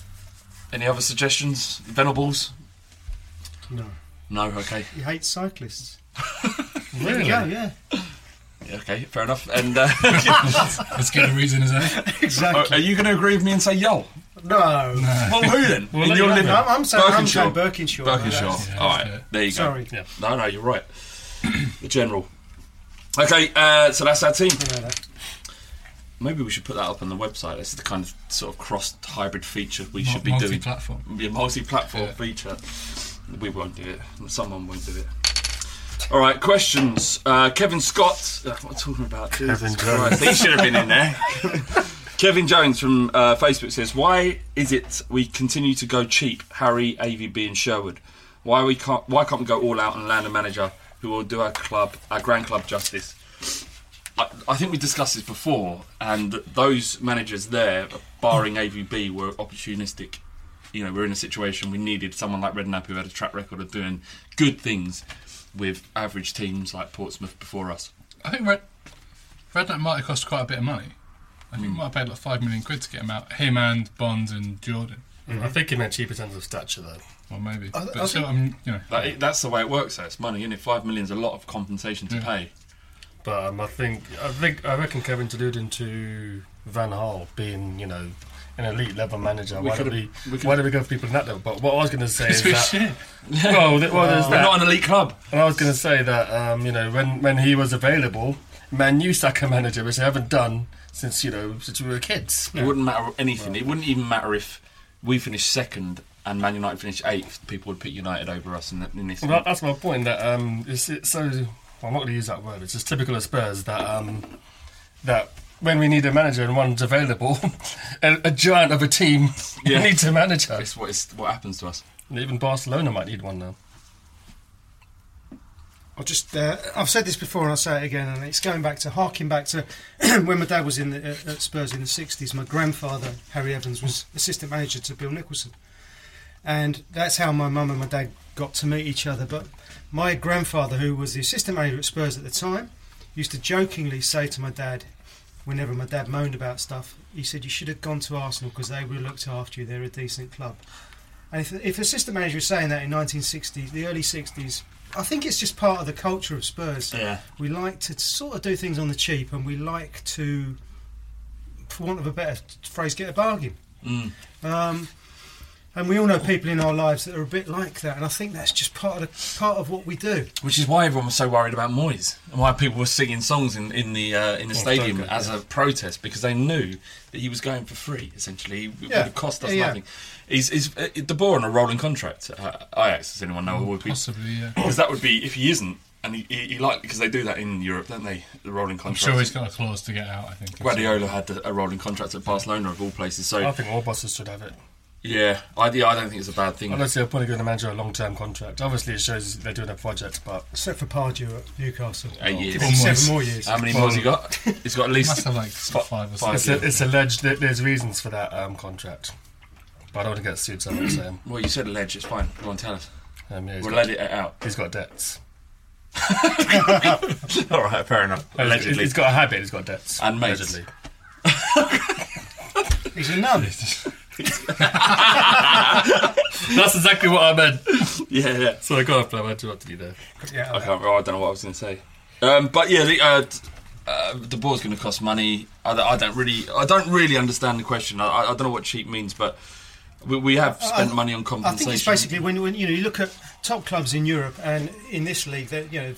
Any other suggestions? Venables? No, No, okay. he hates cyclists. Really? Yeah, yeah, Yeah, Okay, fair enough. And uh, As good a reason as any. are, exactly. are you going to agree with me and say Yol? Oh, uh, no. Well, who then? Well, In let your you living- I'm, I'm saying I'm Birkinshaw. saying Birkinshaw. Birkinshaw. That's- All right, there you go. Sorry. Yeah. No, no, you're right. the general. Okay, uh, so that's our team. Maybe we should put that up on the website. This is the kind of sort of cross hybrid feature we should be doing. Multi-platform. Yeah, multi-platform Yeah. feature. We won't do it. Someone won't do it. All right, questions. Uh, Kevin Scott. Uh, what am I talking about? Jesus Kevin Christ, He should have been in there. Kevin Jones from uh, Facebook says, "Why is it we continue to go cheap? Harry, AVB, and Sherwood. Why we can't? Why can't we go all out and land a manager who will do our club, our grand club justice? I, I think we discussed this before, and those managers there, barring Mm. AVB, were opportunistic. You know, we're in a situation we needed someone like Redknapp who had a track record of doing good things with average teams like Portsmouth before us. I think Red Redknapp might have cost quite a bit of money. I Hmm. think we might have paid like five million quid to get him out. Him and Bond and Jordan. Hmm, I think he meant cheap in terms of stature, though. Well, maybe. I- but I still, think- I'm, you know, That, that's the way it works. Though. It's money, and it five million's a lot of compensation to Mm. Yeah. pay. But um, I think I think I reckon Kevin alluding to Van Hal being, you know, an elite level manager. We why do could've- we, we could've- why do we go for people in that level? But what I was going to say is Sweet that shit. well, th- well, there's We're that. not an elite club. And I was going to say that um, you know when when he was available, Man U sack a manager, which they haven't done since you know since we were kids. It wouldn't matter anything. It wouldn't even matter if we finished second and Man United finished eighth. People would pick United over us in, that- in this. Well, that, that's my point. That um, it's, it's so. Well, I'm not going to use that word. It's just typical of Spurs that um, that when we need a manager and one's available, a, a giant of a team Yeah. needs a manager. It's what, it's what happens to us. And even Barcelona might need one now. I'll just, uh, I've said this before and I'll say it again, and it's going back to, harking back to when my dad was in the, at, at Spurs in the 60s, my grandfather, Harry Evans, was Hmm. assistant manager to Bill Nicholson. And that's how my mum and my dad got to meet each other. But my grandfather, who was the assistant manager at Spurs at the time, used to jokingly say to my dad, whenever my dad moaned about stuff, he said, You should have gone to Arsenal because they would have looked after you. They're a decent club. And if, if a system manager was saying that in 1960s, the early 60s, I think it's just part of the culture of Spurs. Yeah. We like to sort of do things on the cheap and we like to, for want of a better phrase, get a bargain. Mm. Um, and we all know people in our lives that are a bit like that, and I think that's just part of the, part of what we do. Which is why everyone was so worried about Moyes and why people were singing songs in, in the uh, in the Oh, stadium don't go- as a protest because they knew that he was going for free. Essentially, it would Yeah. have cost us Yeah, yeah. nothing. Is is uh, De Boer on a rolling contract? at, Uh, Ajax? Does anyone know? who would be Possibly, yeah. Because that would be if he isn't, and he, he, he like because they do that in Europe, don't they? The rolling I'm contract. sure he's got a clause to get out. I think. Guardiola had a- a rolling contract at Barcelona of all places. So I think all bosses should have it. yeah, I, yeah, I don't think it's a bad thing. Honestly, I'd probably give the manager a long-term contract. Obviously, it shows they're doing a project, but Except for Pardew at Newcastle. Eight years. Give him seven more years. Uh, How many Well, more has he got? He's got at least Must have, like, fi- five or it's, years. it's alleged that there's reasons for that um, contract. But I don't want to get sued. So I'm not saying. Well, you said alleged. It's fine. Go on, tell us. Um, yeah, he's We'll got- let it out. He's got debts. All right, fair enough. Allegedly, he's got a habit. He's got debts. And mates. Allegedly. He's a nun. That's exactly what I meant. yeah, yeah. So I got I interrupted you there. yeah, I can't. I don't know what I was going to say. Um, but yeah, the, uh, t- uh, the ball's going to cost money. I, don't- I don't really, I don't really understand the question. I, I I don't know what cheap means, but we, we have spent I- money on I compensation. think it's basically when, when you know you look at top clubs in Europe and in this league that you know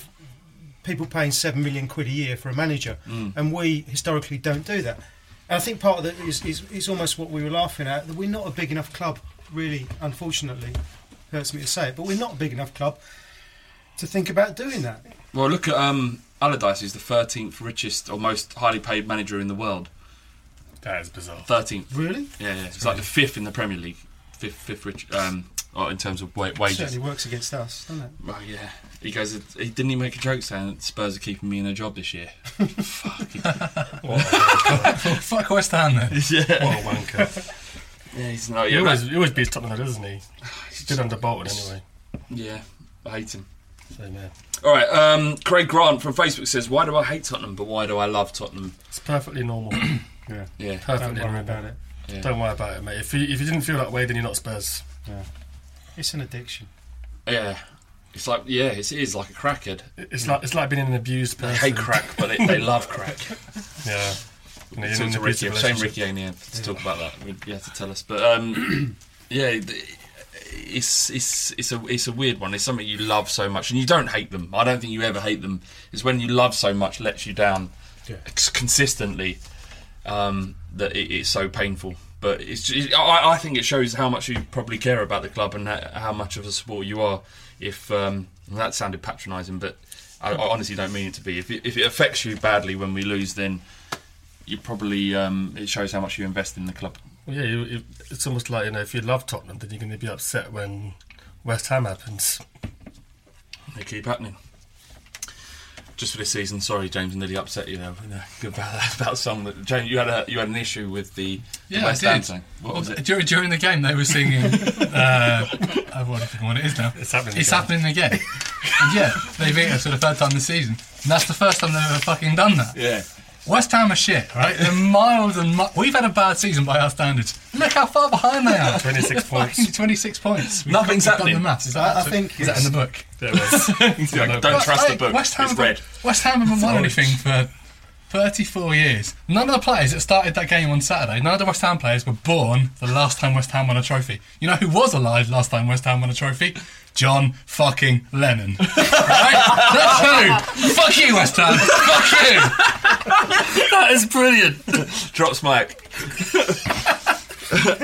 people paying seven million quid a year for a manager, Mm. and we historically don't do that. And I think part of that is, is, is almost what we were laughing at that we're not a big enough club, really. Unfortunately, hurts me to say it, but we're not a big enough club to think about doing that. Well, look at um, Allardyce, who's the thirteenth richest or most highly paid manager in the world. That is bizarre. Thirteenth. Really, Yeah, yeah. It's like the fifth in the Premier League. Fifth, fifth rich. Um, or in terms of wa- wages. certainly works against us, doesn't it? Oh yeah, he goes. He didn't he make a joke saying that Spurs are keeping me in a job this year. Fuck West Ham then. yeah, What a wanker. yeah, he's not. he, Yeah, always, that- he always beats Tottenham, doesn't he? He did under Bolton anyway. yeah, I hate him. So yeah, All right, um, Craig Grant from Facebook says, "Why do I hate Tottenham, but why do I love Tottenham?" it's perfectly normal. yeah. Yeah, Perfectly normal. it. yeah. Don't worry about it, mate. If you, if you didn't feel that way, then you're not Spurs. It's an addiction. yeah. It's like yeah, it's, it is like a crackhead. It's like it's like being an abused They person. hate crack, but they, they love crack. Yeah. You know, We'll you're talk in to an Ricky. abusive Shame relationship. Ricky ain't here to talk about that. We- You have to tell us, but um, yeah, th- it's it's it's a it's a weird one. It's something you love so much, and you don't hate them. I don't think you ever hate them. It's when you love so much lets you down ex- consistently um, that it, it's so painful. But it's ju- it, I, I think it shows how much you probably care about the club and ho- how much of a supporter you are. If um, that sounded patronising, but I, I honestly don't mean it to be. If it, if it affects you badly when we lose, then you probably um, it shows how much you invest in the club. Well, yeah, you, you, it's almost like you know, if you love Tottenham, then you're going to be upset when West Ham happens. They keep happening. Just for this season, sorry, James, I nearly upset you there with, uh, about that about song that James you had a you had an issue with the, the Yeah, West I Ham did. song. What was it? During, during the game, they were singing. uh, I don't know what it is now. It's happening It's again. happening again. and yeah, they beat us for the third time this season, and that's the first time they've ever fucking done that. Yeah. West Ham are shit, right? They're miles and mi- we've had a bad season by our standards. Look how far behind they are. 26 They're fucking points. 26 points. We've Nothing's done happening. the maths. Is that, I- I is think that in it's- the book? There it is. Yeah, no, Don't But, trust the hey, book. West Ham it's haven't- red. West Ham haven't won orange. anything for 34 years. None of the players that started that game on Saturday, none of the West Ham players were born the last time West Ham won a trophy. You know who was alive last time West Ham won a trophy? John fucking Lennon. Right? That's who. Fuck you, West Ham. Fuck That is brilliant. Drops mic.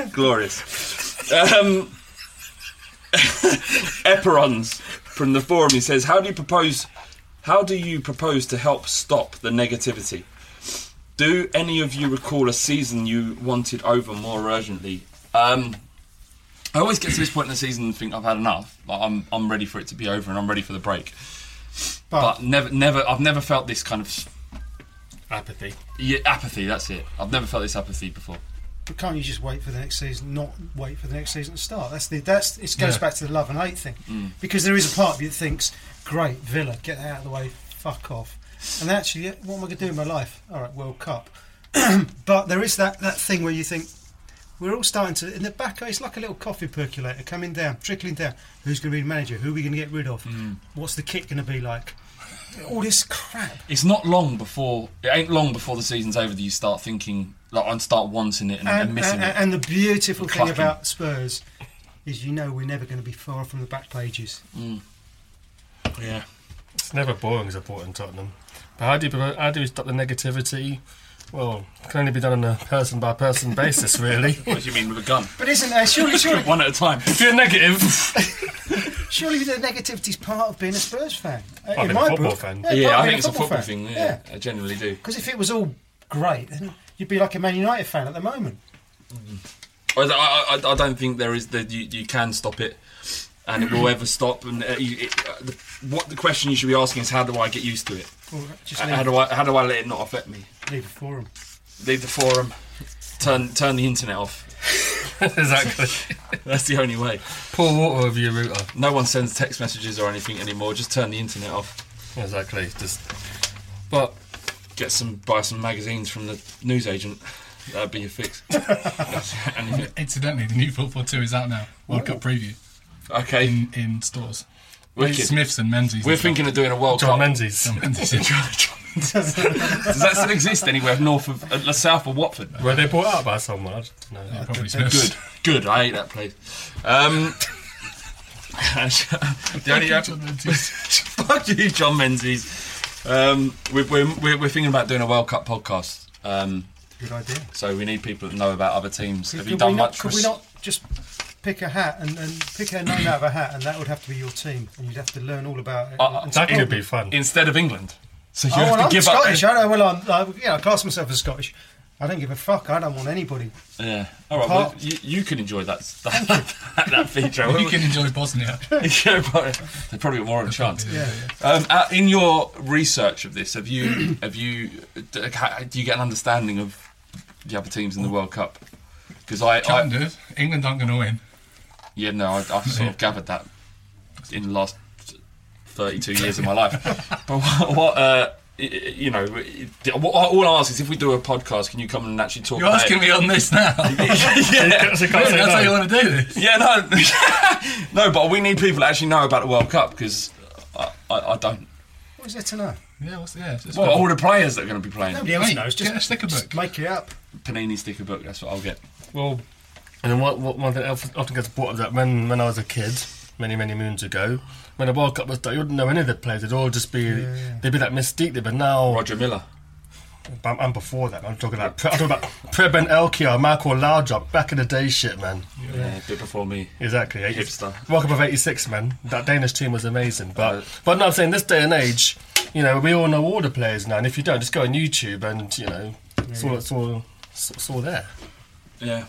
Glorious. Um, Eperons from the forum. He says, "How do you propose? How do you propose to help stop the negativity? Do any of you recall a season you wanted over more urgently?" Um, I always get to this point in the season and think I've had enough. Like I'm, I'm ready for it to be over, and I'm ready for the break. But, never, never, I've never felt this kind of s- apathy. Yeah, apathy. That's it. I've never felt this apathy before. But can't you just wait for the next season? Not wait for the next season to start. That's the that's it goes Yeah. back to the love and hate thing Mm. because there is a part of you that thinks, "Great Villa, get that out of the way, fuck off," and actually, yeah, what am I going to do in my life? All right, World Cup. but there is that that thing where you think we're all starting to in the back. It's like a little coffee percolator coming down, trickling down. Who's going to be the manager? Who are we going to get rid of? What's the kick going to be like? All this crap. It's not long before it ain't long before the season's over that you start thinking like and start wanting it and, and and, missing and, it. and the beautiful And thing clucking. about Spurs is you know we're never going to be far from the back pages. Yeah. It's never boring supporting Tottenham. But how do you, promote- how do you stop the negativity? Well, it can only be done on a person by person basis, really. what do you mean with a gun? But isn't there surely, surely, One at a time. If you're negative, surely the negativity's part of being a Spurs fan? Uh, I've in been a my football book. fan. part Yeah, of I being think it's a football fan. thing. Yeah, I generally do. Because if it was all great, then you'd be like a Man United fan at the moment. I, I, I- I don't think there is that you, you can stop it, and it will ever stop. And uh, you, it, uh, the, what the question you should be asking is how do I get used to it? Well, just Uh, leave- how do I how do I let it not affect me? Leave the forum. Leave the forum. Turn turn the internet off. exactly. That's the only way. Pour water over your router. No one sends text messages or anything anymore. Just turn the internet off. Exactly. Just but get some buy some magazines from the newsagent. That'd be your fix. Anything. Incidentally, the new Football 2 is out now. World Cup preview. Oh, Okay. In, in stores. Wicked. Smiths and Menzies. We're thinking of doing a World John Cup. Menzies. John Menzies. Does that still exist anywhere north of uh, south of Watford? Were they bought out by someone? I don't know. Yeah, probably Good, Smiths. good. I hate that place. Um, the only Fuck you, John Menzies. fuck you, John Menzies. Um, we're, we're, we're we're thinking about doing a World Cup podcast. Um, Good idea. So we need people that know about other teams. Have could you done we much? Not, could we res- not just pick a hat and, and pick a name out of a hat, and that would have to be your team, and you'd have to learn all about it. Uh, uh, and- That could be fun. Instead of England, so you oh, have well, to I'm give Scottish. up. I know. Well, I'm, I, yeah, I class myself as Scottish. I don't give a fuck. I don't want anybody. Yeah. All right. Well, you, you can enjoy that that, that, that feature. You can enjoy Bosnia. Yeah, but they probably got more of a chance. Yeah, Um, uh, in your research of this, have you have you d- uh, ha- do you get an understanding of the other teams in the World Cup? Because I, I Kind of. England aren't going to win. yeah, no, I, I've sort of gathered that in the last thirty-two years of my life. But what, what uh, y- y- you know, what, all I ask is if we do a podcast, can you come and actually talk? You're about asking it? me on this now. yeah, So you can't say That's how you no. want to do this. Yeah, no, no, but we need people that actually know about the World Cup because I, I, I don't. What is there to know? Yeah, what's, yeah. it's just- Well, all the players that are going to be playing. Nobody Yeah, else mate, knows. get Just, a sticker just book. make it up. Panini sticker book. That's what I'll get. Well, and then what, what one thing else often gets brought up that when, when I was a kid, many many moons ago, when the World Cup was done, you wouldn't know any of the players. It'd all just be they'd be that mystique. They'd be now. Roger Miller. I'm, I'm before that. I'm talking about I'm talking about Preben Elkiar, Michael Laudrup, back in the day, shit man. Yeah, a bit before me. Exactly, eight- Hipster. World Cup of '86, man. That Danish team was amazing, but but no, I'm saying this day and age, you know, we all know all the players now, and if you don't, just go on YouTube and you know, it's all it's all it's, it's all there. Yeah.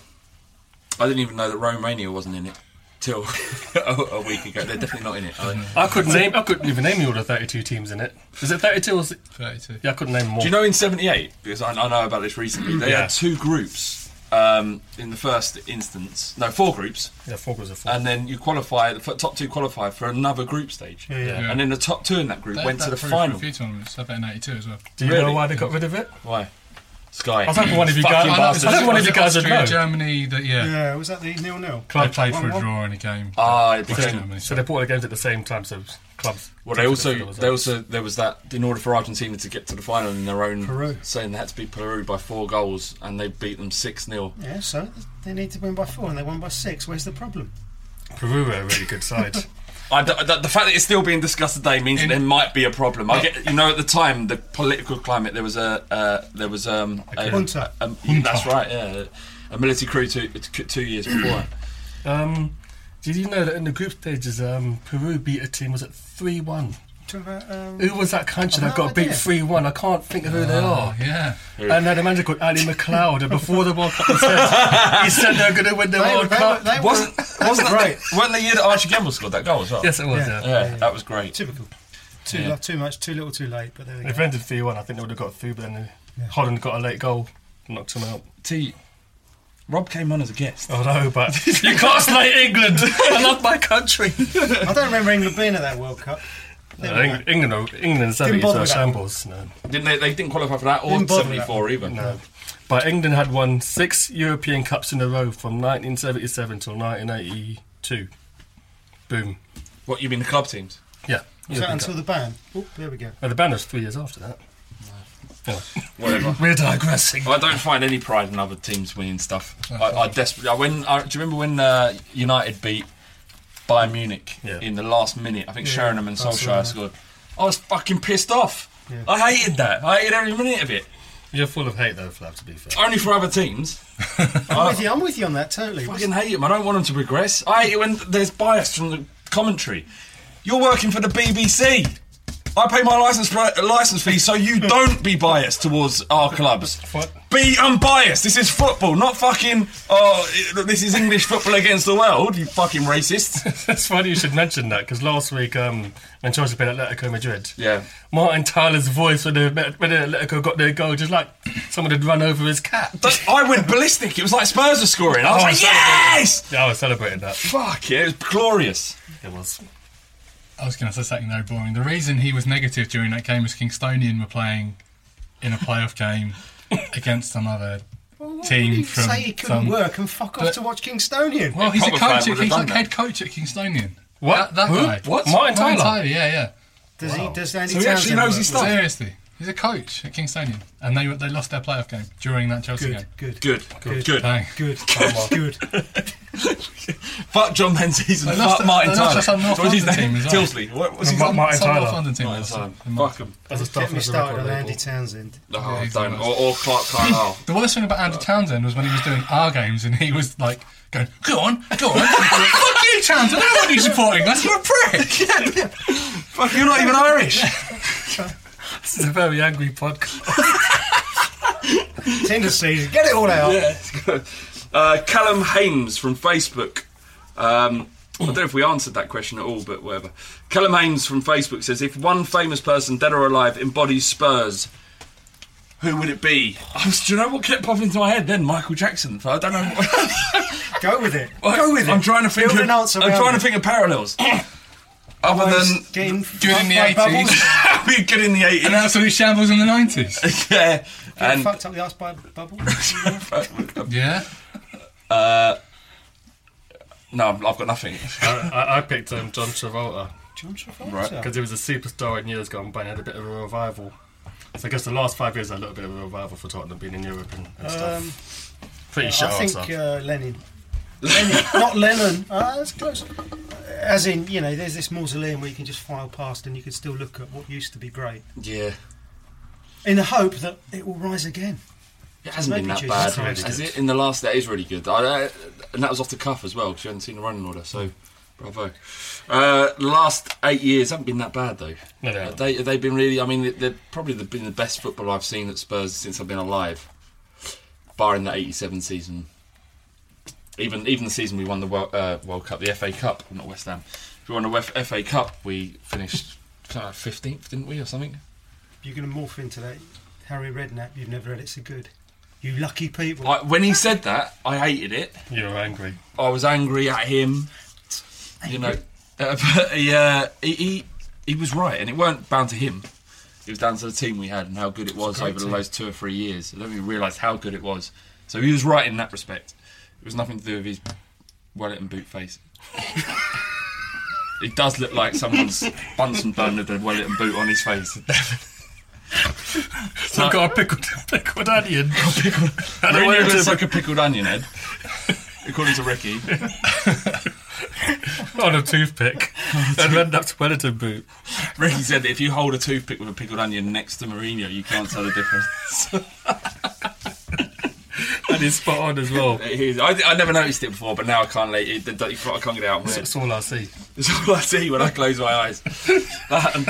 I didn't even know that Romania wasn't in it till a, a week ago. They're definitely not in it. Are they? I couldn't name. I couldn't even name you all the 32 teams in it. Is it 32 or is it? 32. Yeah, I couldn't name more. Do you know in '78? Because I, I know about this recently. They Yeah. had two groups um, in the first instance. No, four groups. Yeah, four goals are four. And then you qualify. The f- top two qualify for another group stage. Yeah, yeah. Yeah. And then the top two in that group They went had to the that for a- for final. A few tournaments. I bet in 82 as well. Do you know really? why they got rid of it? Why? Sky. I was hoping one of you Fucking guys. I bastards. know, it's- I was hoping one of you guys would Austria, know. Germany, that, yeah. Yeah, was that the nil Oh, nil? They played for a One-one? draw in a game. Ah, it Against became- Germany, So they bought the games at the same time. So clubs. Well, they Yeah. also they also there was that in order for Argentina to get to the final in their own Peru. saying they had to beat Peru by four goals and they beat them six 0 Yeah, so they need to win by four and they won by six. Where's the problem? Peru were a really good side. I d- the, the fact that it's still being discussed today means that In- there might be a problem. I get you know at the time the political climate there was a uh, there was um a, Junta. a- that's right yeah a military coup two two years before. um, did you know that in the group stages, um, Peru beat a team was at three one. Talking about, um, Who was that country I've that no got beat idea. three one? I can't think of who they Ah, are. Oh, yeah. And they had a manager called Ali McLeod, and before the World Cup, he said, he said they're going to win the They were- World they were- Cup. they were- wasn't wasn't that right? Wasn't the year that Archie Gamble scored that goal as well? Yes, it was. Yeah. yeah, that was great. Typical. Too, Yeah. li- too much, too little, too late. But there we If go. ended 3 1, I think they would have got through, but then they- Holland got a late goal, knocked him out. T. Rob came on as a guest. I know, but you can't slay England. I love my country. I don't remember England being at that World Cup. No, Eng- England, are- England Didn't seventies bother are with that. shambles. No. Didn't they? They didn't qualify for that or Didn't bother with seventy four even. No. But England had won six European Cups in a row from 1977 till 1982. Boom. What you mean the club teams? Yeah. Was that European until Cup. the ban? Oh, there we go. Well, the ban was three years after that. Whatever. We're digressing. I don't find any pride in other teams winning stuff. Oh, I, I desperately. I, when I, do you remember when uh, United beat Bayern Munich in the last minute? I think Yeah, Sheringham and Solskjaer Barcelona. scored. I was fucking pissed off. Yeah. I hated that. I hated every minute of it. You're full of hate, though, Flav, to be fair. Only for other teams. I'm I with you. I'm with you on that totally. fucking hate them. I don't want them to progress. I hate it when there's bias from the commentary. You're working for the BBC. I pay my license pri- license fee so you don't be biased towards our clubs. Be unbiased. This is football, not fucking. Oh, it- this is English football against the world. You fucking racist. It's funny you should mention that because last week, um, when Chelsea played Atletico Madrid, Yeah. Martin Tyler's voice when, they, when Atletico got their goal, just like someone had run over his cat. That- I went ballistic. It was like Spurs were scoring. I was Oh, like, so- yes. Yeah, I was celebrating that. Fuck yeah, it was glorious. It was. I was going to say something though boring. The reason he was negative during that game was Kingstonian were playing in a playoff game against another team you from say he couldn't some. worp and fuck off But- to watch Kingstonian. Well, he's a Proper fan coach. At, would have he's done like that. head coach at Kingstonian. What? That, that Who? guy. What? Martin Tyler? Yeah, yeah. does he? Does Andy So he actually Townsend work knows his with him? stuff. Seriously, he's a coach at Kingstonian, and they they lost their playoff game during that Chelsea game. Good. Good. Good, good, good. Dang. Good. Good. Fuck John Menzies and They lost fuck Martin they lost Tyler. to some North What's his London name? team as well. Tilsley. What was his What, name? Martin Some North Tyler? London team. Martin lost Tyler. to- Fuck him. As a staff Get me as a started record on Andy label. Townsend. Oh, Yeah, he's don't. the Or, or Clark Carlisle. The worst thing about Andy Townsend was when he was doing our games and he was like going, "Go on, go on, fuck you, Townsend! I don't want you supporting us. You're a prick." Fuck, you're not even Irish. This is a very angry podcast. Tinder season. Get it all out. yeah. Oh, Uh, Callum Hames from Facebook. Um, I don't know if we answered that question at all, but whatever. Callum Hames from Facebook says, if one famous person, dead or alive, embodies Spurs, who would it be? I was, do you know what kept popping into my head then? Michael Jackson. I don't know. Go with it. Well, Go with it. I'm trying to think. Build of, an answer. I'm around trying it. to think of parallels. Other than Getting Good in the fucked by bubbles. 80s. being good in the An 80s, absolute shambles in the 90s. yeah, Getting and fucked up the ass by a bubble. Yeah. no, I've got nothing. I, I, I picked um, John Travolta John Travolta. Right, because he was a superstar in years gone by and had a bit of a revival. So I guess the last five years had a little bit of a revival for Tottenham being in Europe and, and Um, stuff. Pretty sure I think answer. uh, Lenin. Lenin, not Lennon. Ah, that's close. As in, you know, there's this mausoleum where you can just file past and you can still look at what used to be great, yeah. in the hope that it will rise again. It hasn't been Maybe that Jesus bad, Christ. has it? In the last, that is really good. I, I, and that was off the cuff as well, because you hadn't seen the running order, so bravo. Uh, the last eight years haven't been that bad, though. No, they Uh, haven't. they, they've been really, I mean, they've probably the- been the best football I've seen at Spurs since I've been alive, barring that 87 season. Even even the season we won the World, uh, World Cup, the FA Cup, not West Ham. We won the Wef- FA Cup, we finished something like 15th, didn't we, or something? You're going to morph into that Harry Redknapp. You've never had it so good. You lucky people. I, when he said that, I hated it. you were angry. I was angry at him. You know, uh, but he, uh, he, he he was right, and it weren't bound to him. It was down to the team we had and how good it was over the last two or three years. I don't even realise how good it was. So he was right in that respect. It was nothing to do with his wallet and boot face. it does look like someone's Bunsen burner with a wallet and boot on his face. So I've got a pickled, pickled onion. pickled, I and don't a know whether it's relative like a pickled onion head, according to Ricky. on a toothpick. and ran up to Wellington boot. Ricky said that if you hold a toothpick with a pickled onion next to Mourinho, you can't tell the difference. And he's spot on as well. It is. I, I never noticed it before, but now I can't. Like, it, it- I can't get it out. of my head. That's all I see. It's all I see when I close my eyes. That and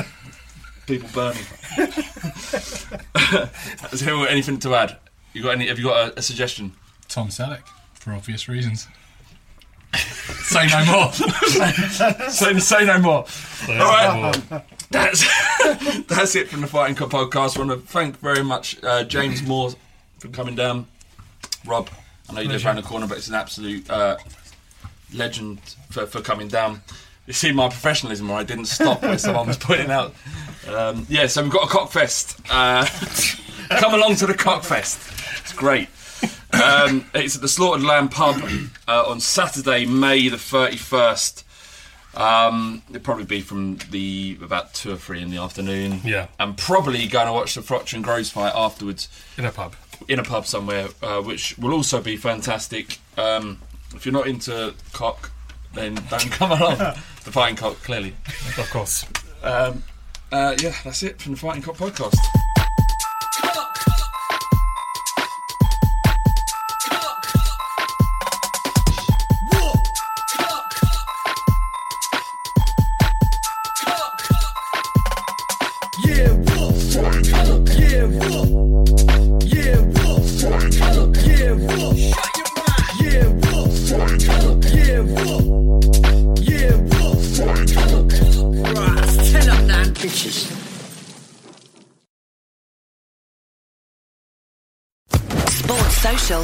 people burning. Has anyone got anything to add? You got any? Have you got a, a suggestion? Tom Selleck, for obvious reasons. Say no more. Say, say no more. all right. That's that's it from the Fighting Cop podcast. I want to thank very much uh, James Moore for coming down. Rob, I know you live Pleasure. around the corner, but it's an absolute uh, legend for, for coming down. You see my professionalism where I didn't stop when someone was pointing out. Um, yeah, so we've got a cockfest. Uh, come along to the cockfest. It's great. Um, it's at the Slaughtered Lamb Pub uh, on Saturday, May the 31st. Um, it'll probably be from the about two or three in the afternoon. Yeah. and probably going to watch the Frotch and Groves fight afterwards In a pub. in a pub somewhere, uh, which will also be fantastic. Um, if you're not into cock, then don't come along. the fighting cock, clearly. Of course. Um, uh, yeah, that's it from the Fighting Cock podcast. Yeah, whoop. Yeah, whoop. Yeah, whoop. Yeah, whoop. Yeah, whoop. Yeah, whoop. Yeah, whoop. Right, ten up nine bitches. Sports Social